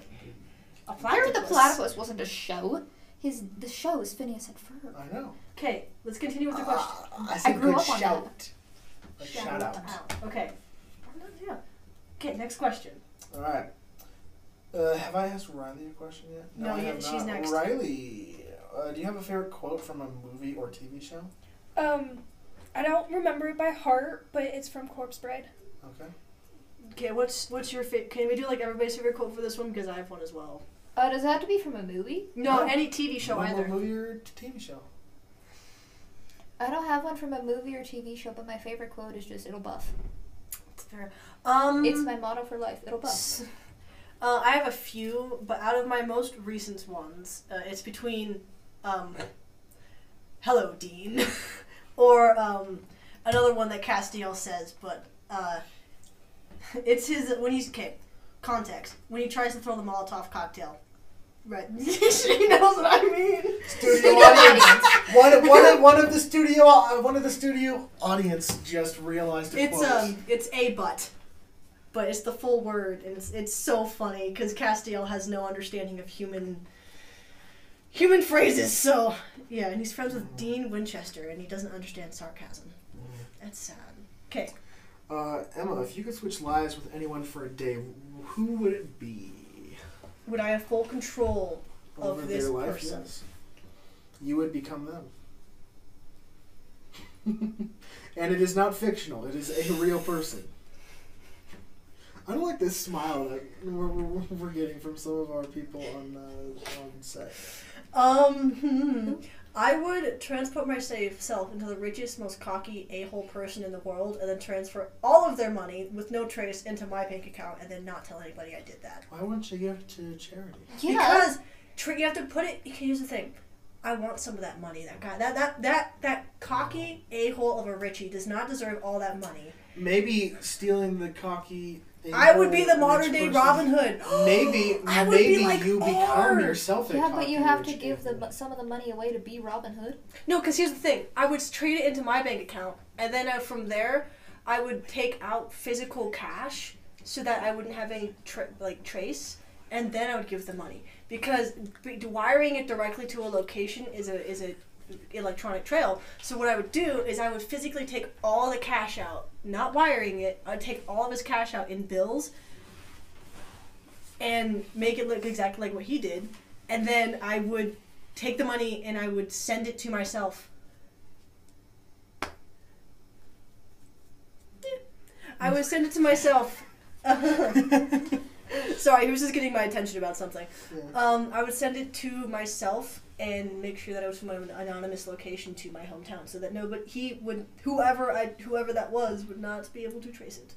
Speaker 2: a
Speaker 4: Harry the
Speaker 2: platypus.
Speaker 4: platypus wasn't a show. His the show is Phineas and Ferb.
Speaker 1: I know. Ah,
Speaker 2: Okay, let's continue with the question.
Speaker 1: I said
Speaker 4: grew
Speaker 1: good
Speaker 4: up on
Speaker 1: shout. Like, shout
Speaker 2: Ah.
Speaker 1: out.
Speaker 2: Okay. Yeah. Okay, next question.
Speaker 1: All right. Uh, have I asked Riley a question yet?
Speaker 2: No,
Speaker 1: I
Speaker 2: yeah,
Speaker 1: have
Speaker 2: she's
Speaker 1: not.
Speaker 2: next.
Speaker 1: Riley, uh, do you have a favorite quote from a movie or TV show?
Speaker 3: Um, I don't remember it by heart, but it's from Corpse Bride.
Speaker 1: Okay.
Speaker 2: Okay, what's what's your favorite? Can we do like everybody's favorite quote for this one because I have one as well.
Speaker 4: Uh, does it have to be from a movie?
Speaker 2: No,
Speaker 1: No.
Speaker 2: any TV show
Speaker 1: One more
Speaker 2: either.
Speaker 1: movie or t- TV
Speaker 2: (laughs)
Speaker 1: show?
Speaker 4: I don't have one from a movie or TV show, but my favorite quote is just "It'll buff."
Speaker 2: Um,
Speaker 4: It's my motto for life. It'll buff.
Speaker 2: S- Uh, I have a few, but out of my most recent ones, uh, it's between um, "Hello, Dean," (laughs) or um, another one that Castiel says, but uh, it's his when he's okay. Context when he tries to throw the Molotov cocktail. Right, (laughs) she knows what I mean.
Speaker 1: Studio audience. one, one, of- one of the studio, uh, one of the studio audience just realized a
Speaker 2: It's
Speaker 1: quote.
Speaker 2: um, it's a butt, but it's the full word, and it's it's so funny because Castiel has no understanding of human human phrases. So yeah, and he's friends with Dean Winchester, and he doesn't understand sarcasm. That's sad. Okay,
Speaker 1: Uh, Emma, if you could switch lives with anyone for a day, who would it be?
Speaker 2: would I have full control? Of
Speaker 1: Over
Speaker 2: this
Speaker 1: their life,
Speaker 2: person.
Speaker 1: yes. You would become
Speaker 2: (laughs)
Speaker 1: them. and it is not fictional, it is a real person. I don't like this smile that we're, we're, we're getting from some of our people on uh, on set.
Speaker 2: Um, hmm. I would transport myself into the richest, most cocky a-hole person in the world, and then transfer all of their money with no trace into my bank account, and then not tell anybody I did that.
Speaker 1: Why wouldn't you give it to charity?
Speaker 4: Yeah.
Speaker 2: Because tr- you have to put it. Here's the thing. I want some of that money. That guy. That that that that cocky a hole of a Richie does not deserve all that money.
Speaker 1: Maybe stealing the cocky.
Speaker 2: I would be the
Speaker 1: rich
Speaker 2: modern day
Speaker 1: person-
Speaker 2: Robin Hood. (gasps)
Speaker 1: Maybe,
Speaker 2: I would
Speaker 1: maybe
Speaker 2: be like,
Speaker 1: you become
Speaker 2: "Arr."
Speaker 1: yourself. a
Speaker 4: Yeah, but you
Speaker 1: cocky
Speaker 4: have to
Speaker 1: rich
Speaker 4: give the,
Speaker 1: a-hole.
Speaker 4: mo- some of the money away to be Robin Hood.
Speaker 2: No, because here's the thing. I would trade it into my bank account, and then uh, from there, I would take out physical cash so that I wouldn't have any tra- like trace, and then I would give the money. because b- wiring it directly to a location is a is a electronic trail. So what I would do is I would physically take all the cash out, not wiring it. I'd take all of his cash out in bills and make it look exactly like what he did, and then I would take the money and I would send it to myself. I would send it to myself. (laughs) Sorry, he was just getting my attention about something.
Speaker 1: Yeah.
Speaker 2: Um, I would send it to myself and make sure that it was from an anonymous location to my hometown, so that nobody, he would, whoever I, whoever that was, would not be able to trace it.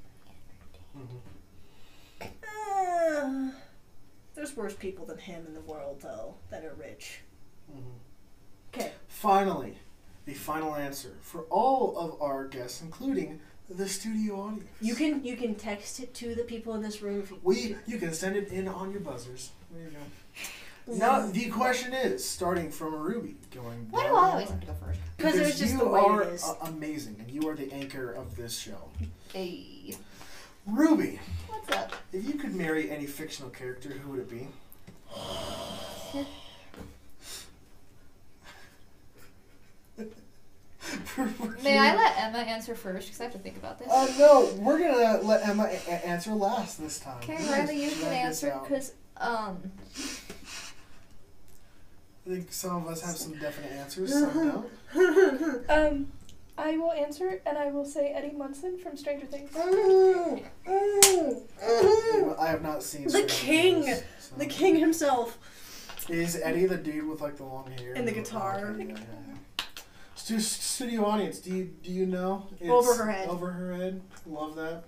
Speaker 1: Mm-hmm,
Speaker 2: Uh, there's worse people than him in the world, though, that are rich.
Speaker 1: mm-hmm.
Speaker 2: Okay.
Speaker 1: Finally, the final answer for all of our guests, including the studio audience.
Speaker 2: You can you can text it to the people in this room. If you,
Speaker 1: We you can send it in on your buzzers. There you go. Now the question is, starting from Ruby, going.
Speaker 4: Why do
Speaker 1: down
Speaker 4: I
Speaker 1: the
Speaker 4: always
Speaker 1: line.
Speaker 4: have to go first?
Speaker 2: because it was just
Speaker 1: you
Speaker 2: the way
Speaker 1: are
Speaker 2: it is.
Speaker 1: a- amazing, and you are the anchor of this show.
Speaker 4: Hey,
Speaker 1: Ruby,
Speaker 4: what's (laughs) up?
Speaker 1: if you could marry any fictional character, who would it be?
Speaker 4: May I let Emma answer first? Because I have to think about this.
Speaker 1: Uh, no, we're gonna let Emma a- a- answer last this time.
Speaker 4: okay,
Speaker 1: We're gonna
Speaker 4: Riley, you
Speaker 1: drag
Speaker 4: can
Speaker 1: this
Speaker 4: answer
Speaker 1: out.
Speaker 4: because um,
Speaker 1: I think some of us have some definite answers, some
Speaker 4: Uh-huh.
Speaker 1: don't.
Speaker 3: Um, I will answer and I will say Eddie Munson from Stranger Things.
Speaker 1: Well, I have not seen.
Speaker 2: The
Speaker 1: Stranger
Speaker 2: king!
Speaker 1: Things, so-
Speaker 2: The king himself.
Speaker 1: Is Eddie the dude with like the long hair
Speaker 2: And the
Speaker 1: long
Speaker 2: guitar.
Speaker 1: hair? Yeah, yeah, yeah. Stu- studio audience, do you do you know? It's
Speaker 2: Over her head.
Speaker 1: Over her head. Love that.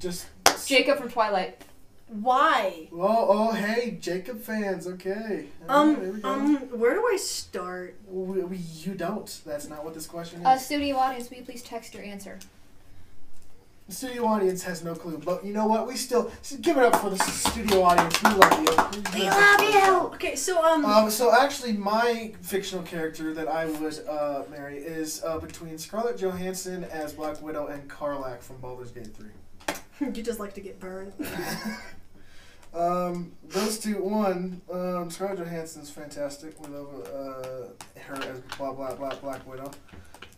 Speaker 1: Just.
Speaker 4: Jacob from Twilight.
Speaker 2: Why?
Speaker 1: Whoa! Oh, hey, Jacob fans. Okay. All right, here we
Speaker 2: Um,
Speaker 1: go.
Speaker 2: um, where do I start?
Speaker 1: We, we, you don't. That's not what this question is.
Speaker 4: Uh, studio audience, will you please text your answer?
Speaker 1: The studio audience has no clue, but you know what? We still s- give it up for the s- studio audience. We love you. We love
Speaker 2: Okay, so um,
Speaker 1: Um, so actually, my fictional character that I would uh, marry is uh, between Scarlett Johansson as Black Widow and Karlak from Baldur's Gate Three.
Speaker 2: (laughs) you just like to get burned.
Speaker 1: Um, those two, one, um, Scarlett Johansson's fantastic. We love uh, her as blah blah blah Black Widow.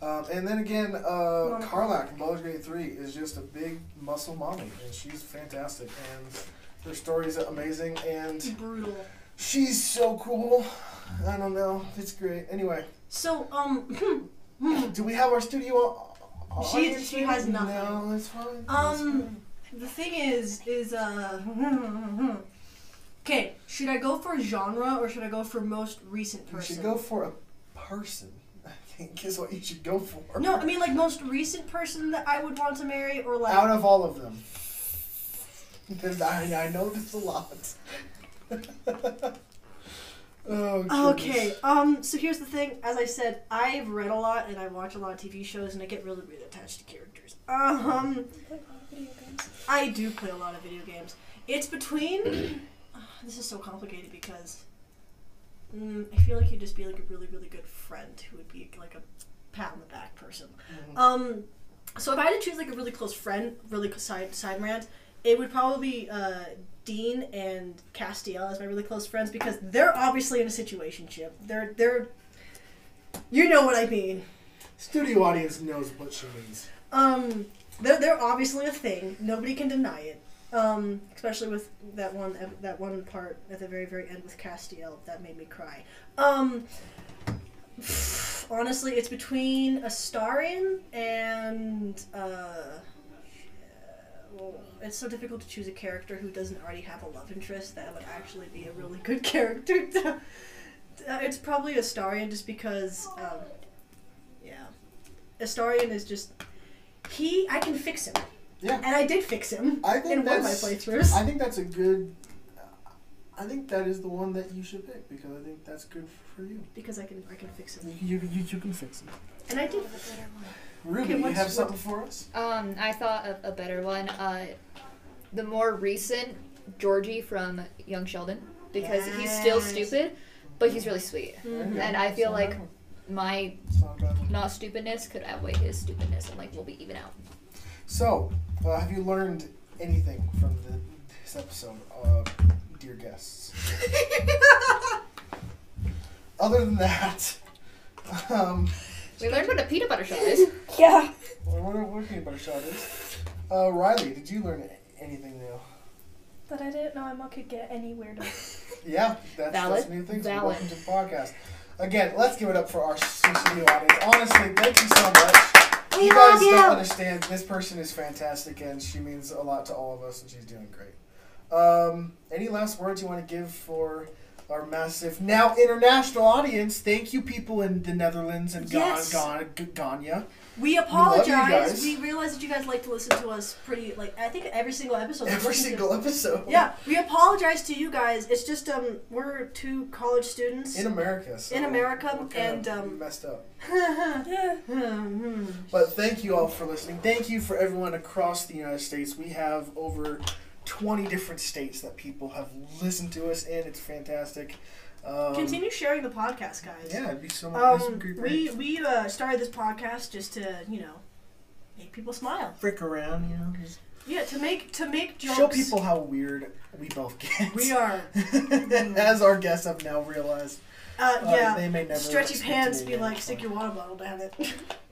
Speaker 1: Um, and then again, uh,
Speaker 2: Monica.
Speaker 1: Carlac from Baldur's Gate 3 is just a big muscle mommy, and she's fantastic. And her story's amazing, and
Speaker 2: Brutal.
Speaker 1: she's so cool. I don't know, it's great. Anyway,
Speaker 2: So um, (clears throat)
Speaker 1: do we have our studio? au- au-
Speaker 2: She-
Speaker 1: audience
Speaker 2: she
Speaker 1: here?
Speaker 2: has nothing.
Speaker 1: No, it's fine. it's
Speaker 2: Um, the thing is, is uh, (laughs) okay. Should I go for genre or should I go for most recent
Speaker 1: fine. you
Speaker 2: person?
Speaker 1: should go for a person. (laughs) I think is what you should go for.
Speaker 2: no, I mean like most recent person that I would want to marry, or like
Speaker 1: out of all of them. Because I, I know this a lot. (laughs) oh,
Speaker 2: Okay, um, so here's the thing. As I said, I've read a lot and I watch a lot of TV shows and I get really, really attached to characters. Um, I do play a lot of video games. It's between. (clears throat) Ah, this is so complicated because mm, I feel like you'd just be like a really, really good friend who would be like a pat on the back person.
Speaker 1: Mhm.
Speaker 2: Um, so if I had to choose like a really close friend, really cl- side side rant, it would probably be uh, Dean and Castiel as my really close friends because they're obviously in a situationship. They're they're. You know what I mean.
Speaker 1: Studio audience knows what she means.
Speaker 2: Um, they're, they're obviously a thing. Nobody can deny it. Um, especially with that one ep- that one part at the very very end with Castiel that made me cry. Um, (sighs) honestly, it's between Astarian and uh, well, it's so difficult to choose a character who doesn't already have a love interest that would actually be a really good (laughs) character. to- uh, it's probably Astarian just because, um, yeah, Astarian is just he I can fix him.
Speaker 1: Yeah.
Speaker 2: And I did fix him
Speaker 1: I think
Speaker 2: in one of my
Speaker 1: that's.
Speaker 2: playthroughs.
Speaker 1: I think that's a good. I think that is the one that you should pick because I think that's good for you.
Speaker 2: because I can I can fix him.
Speaker 1: You, you, you can fix it.
Speaker 2: And I did
Speaker 1: Ruby,
Speaker 2: Okay,
Speaker 1: you
Speaker 2: what's-
Speaker 1: have something for us?
Speaker 4: Um, I thought of a better one. Uh, the more recent Georgie from Young Sheldon because he's still
Speaker 2: Yes.
Speaker 4: stupid, but he's really sweet. And I feel like- My
Speaker 1: It's not a bad one.
Speaker 4: not stupidness could outweigh his stupidness, and like we'll be even out.
Speaker 1: So, uh, have you learned anything from the, this episode? Uh, dear
Speaker 4: (laughs)
Speaker 1: guests. Other than that, um,
Speaker 4: We learned what a peanut butter shell is.
Speaker 3: Yeah.
Speaker 1: what are what peanut butter shot is? Uh, Riley, did you learn anything new?
Speaker 3: But I didn't know Emma could get any weirder.
Speaker 1: Yeah, that's, that's
Speaker 4: Valid.
Speaker 1: new things.
Speaker 4: Valid.
Speaker 1: Welcome to the podcast. Again, let's give it up for our social media audience. Honestly, thank you so much. you
Speaker 2: We love
Speaker 1: guys
Speaker 2: you.
Speaker 1: don't understand. This person is fantastic, and she means a lot to all of us, and she's doing great. Um, any last words you want to give for our massive, now international audience? Thank you, people in the Netherlands and
Speaker 2: Yes.
Speaker 1: Ghana, Ghana, Ghana.
Speaker 2: We
Speaker 1: love you
Speaker 2: apologize.
Speaker 1: guys.
Speaker 2: We, realize that you guys like to listen to us pretty like I think every single episode. we
Speaker 1: Every
Speaker 2: listen to-
Speaker 1: single episode.
Speaker 2: Yeah, we apologize to you guys. It's just um we're two college students.
Speaker 1: In America. So
Speaker 2: In America,
Speaker 1: we're kinda
Speaker 2: and, um,
Speaker 1: messed up.
Speaker 3: yeah.
Speaker 2: Hmm, hmm.
Speaker 1: But thank you all for listening. Thank you for everyone across the United States. We have over 20 different states that people have listened to us in. It's fantastic. Um,
Speaker 2: Continue sharing the podcast, guys.
Speaker 1: Yeah, it'd be so much.
Speaker 2: Um, we we uh, started this podcast just to you know make people smile.
Speaker 1: frick around, you know.
Speaker 2: Yeah, to make to make jokes.
Speaker 1: Show people how weird we both get. (laughs)
Speaker 2: we are.
Speaker 1: As our guests have now realized,
Speaker 2: Uh,
Speaker 1: uh,
Speaker 2: yeah.
Speaker 1: they may never
Speaker 2: Stretchy
Speaker 1: speak to
Speaker 2: pants
Speaker 1: me
Speaker 2: be
Speaker 1: again.
Speaker 2: like stick your water bottle down it.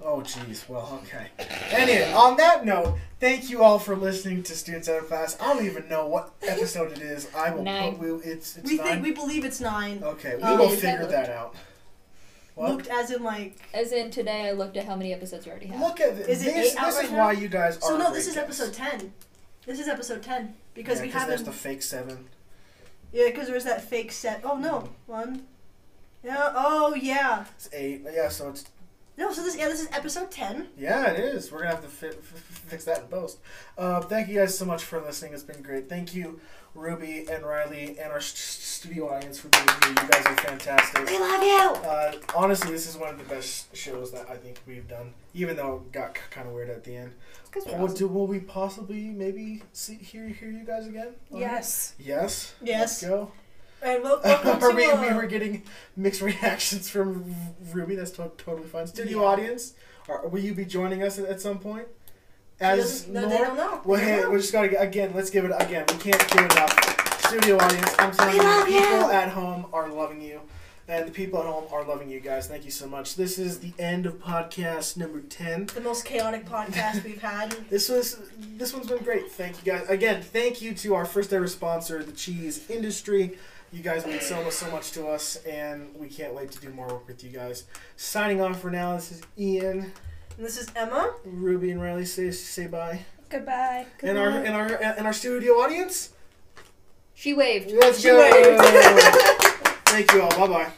Speaker 1: Oh, jeez. Well, okay. Anyway, on that note, thank you all for listening to Students Out of Class. I don't even know what episode it is. I will
Speaker 4: Nine.
Speaker 1: put. We, it's it's
Speaker 2: we
Speaker 1: nine.
Speaker 2: think we believe it's nine.
Speaker 1: okay, we
Speaker 2: Um,
Speaker 1: will
Speaker 4: yeah,
Speaker 1: figure
Speaker 4: that
Speaker 1: that out. Oh, Well,
Speaker 2: Looked as in like.
Speaker 4: As in today, I looked at how many episodes you already have.
Speaker 1: look at this.
Speaker 2: Is it
Speaker 1: this
Speaker 2: eight out
Speaker 1: this
Speaker 2: right
Speaker 1: is
Speaker 2: now?
Speaker 1: why you guys are.
Speaker 2: So no,
Speaker 1: great
Speaker 2: this is
Speaker 1: guests.
Speaker 2: episode ten. This is episode ten because
Speaker 1: Yeah,
Speaker 2: we
Speaker 1: there's
Speaker 2: haven't.
Speaker 1: the fake seven.
Speaker 2: Yeah, because there was that fake set. Oh no, one. Yeah. Oh yeah.
Speaker 1: It's eight. Yeah, so it's
Speaker 2: No. So this yeah this is episode ten.
Speaker 1: Yeah, it is. We're gonna have to fi- f- fix that in post. Uh, thank you guys so much for listening. It's been great. Thank you, Ruby and Riley and our st- studio audience for being here. You guys are fantastic.
Speaker 2: We love you.
Speaker 1: Uh, honestly, this is one of the best shows that I think we've done. Even though it got kind of weird at the end.
Speaker 4: Because
Speaker 1: Will, do, will we possibly maybe see hear hear you guys again? on here?
Speaker 3: (laughs) Yes.
Speaker 1: Yes. Let's
Speaker 2: Yes.
Speaker 1: go.
Speaker 2: And wel- (laughs) welcome
Speaker 1: (laughs) Are
Speaker 2: to.
Speaker 1: we,
Speaker 2: uh,
Speaker 1: we were getting mixed (laughs) reactions from Ruby. That's to- totally fine. Studio
Speaker 2: Yeah.
Speaker 1: audience, are, will you be joining us at, at some point?
Speaker 2: she
Speaker 1: As
Speaker 2: doesn't- no, they
Speaker 1: Nora?
Speaker 2: don't know.
Speaker 1: Well,
Speaker 2: They
Speaker 1: hey,
Speaker 2: don't
Speaker 1: we
Speaker 2: know.
Speaker 1: just gotta get, again. Let's give it again. We can't do enough. Studio audience, I'm telling
Speaker 2: We
Speaker 1: you,
Speaker 2: love
Speaker 1: people
Speaker 2: you.
Speaker 1: at home are loving you, and the people at home are loving you guys. Thank you so much. This is the end of podcast number ten.
Speaker 2: the most chaotic podcast we've had.
Speaker 1: This was this one's been great. Thank you guys again. Thank you to our first ever sponsor, the cheese industry. You guys mean so much, so much to us, and we can't wait to do more work with you guys. Signing off for now. This is Ian,
Speaker 2: And this is Emma.
Speaker 1: Ruby, and Riley. Say say bye.
Speaker 3: Goodbye.
Speaker 1: and our and our and our studio audience.
Speaker 4: She waved.
Speaker 1: Let's
Speaker 2: She
Speaker 1: go.
Speaker 2: waved.
Speaker 1: (laughs) Thank you all. Bye bye.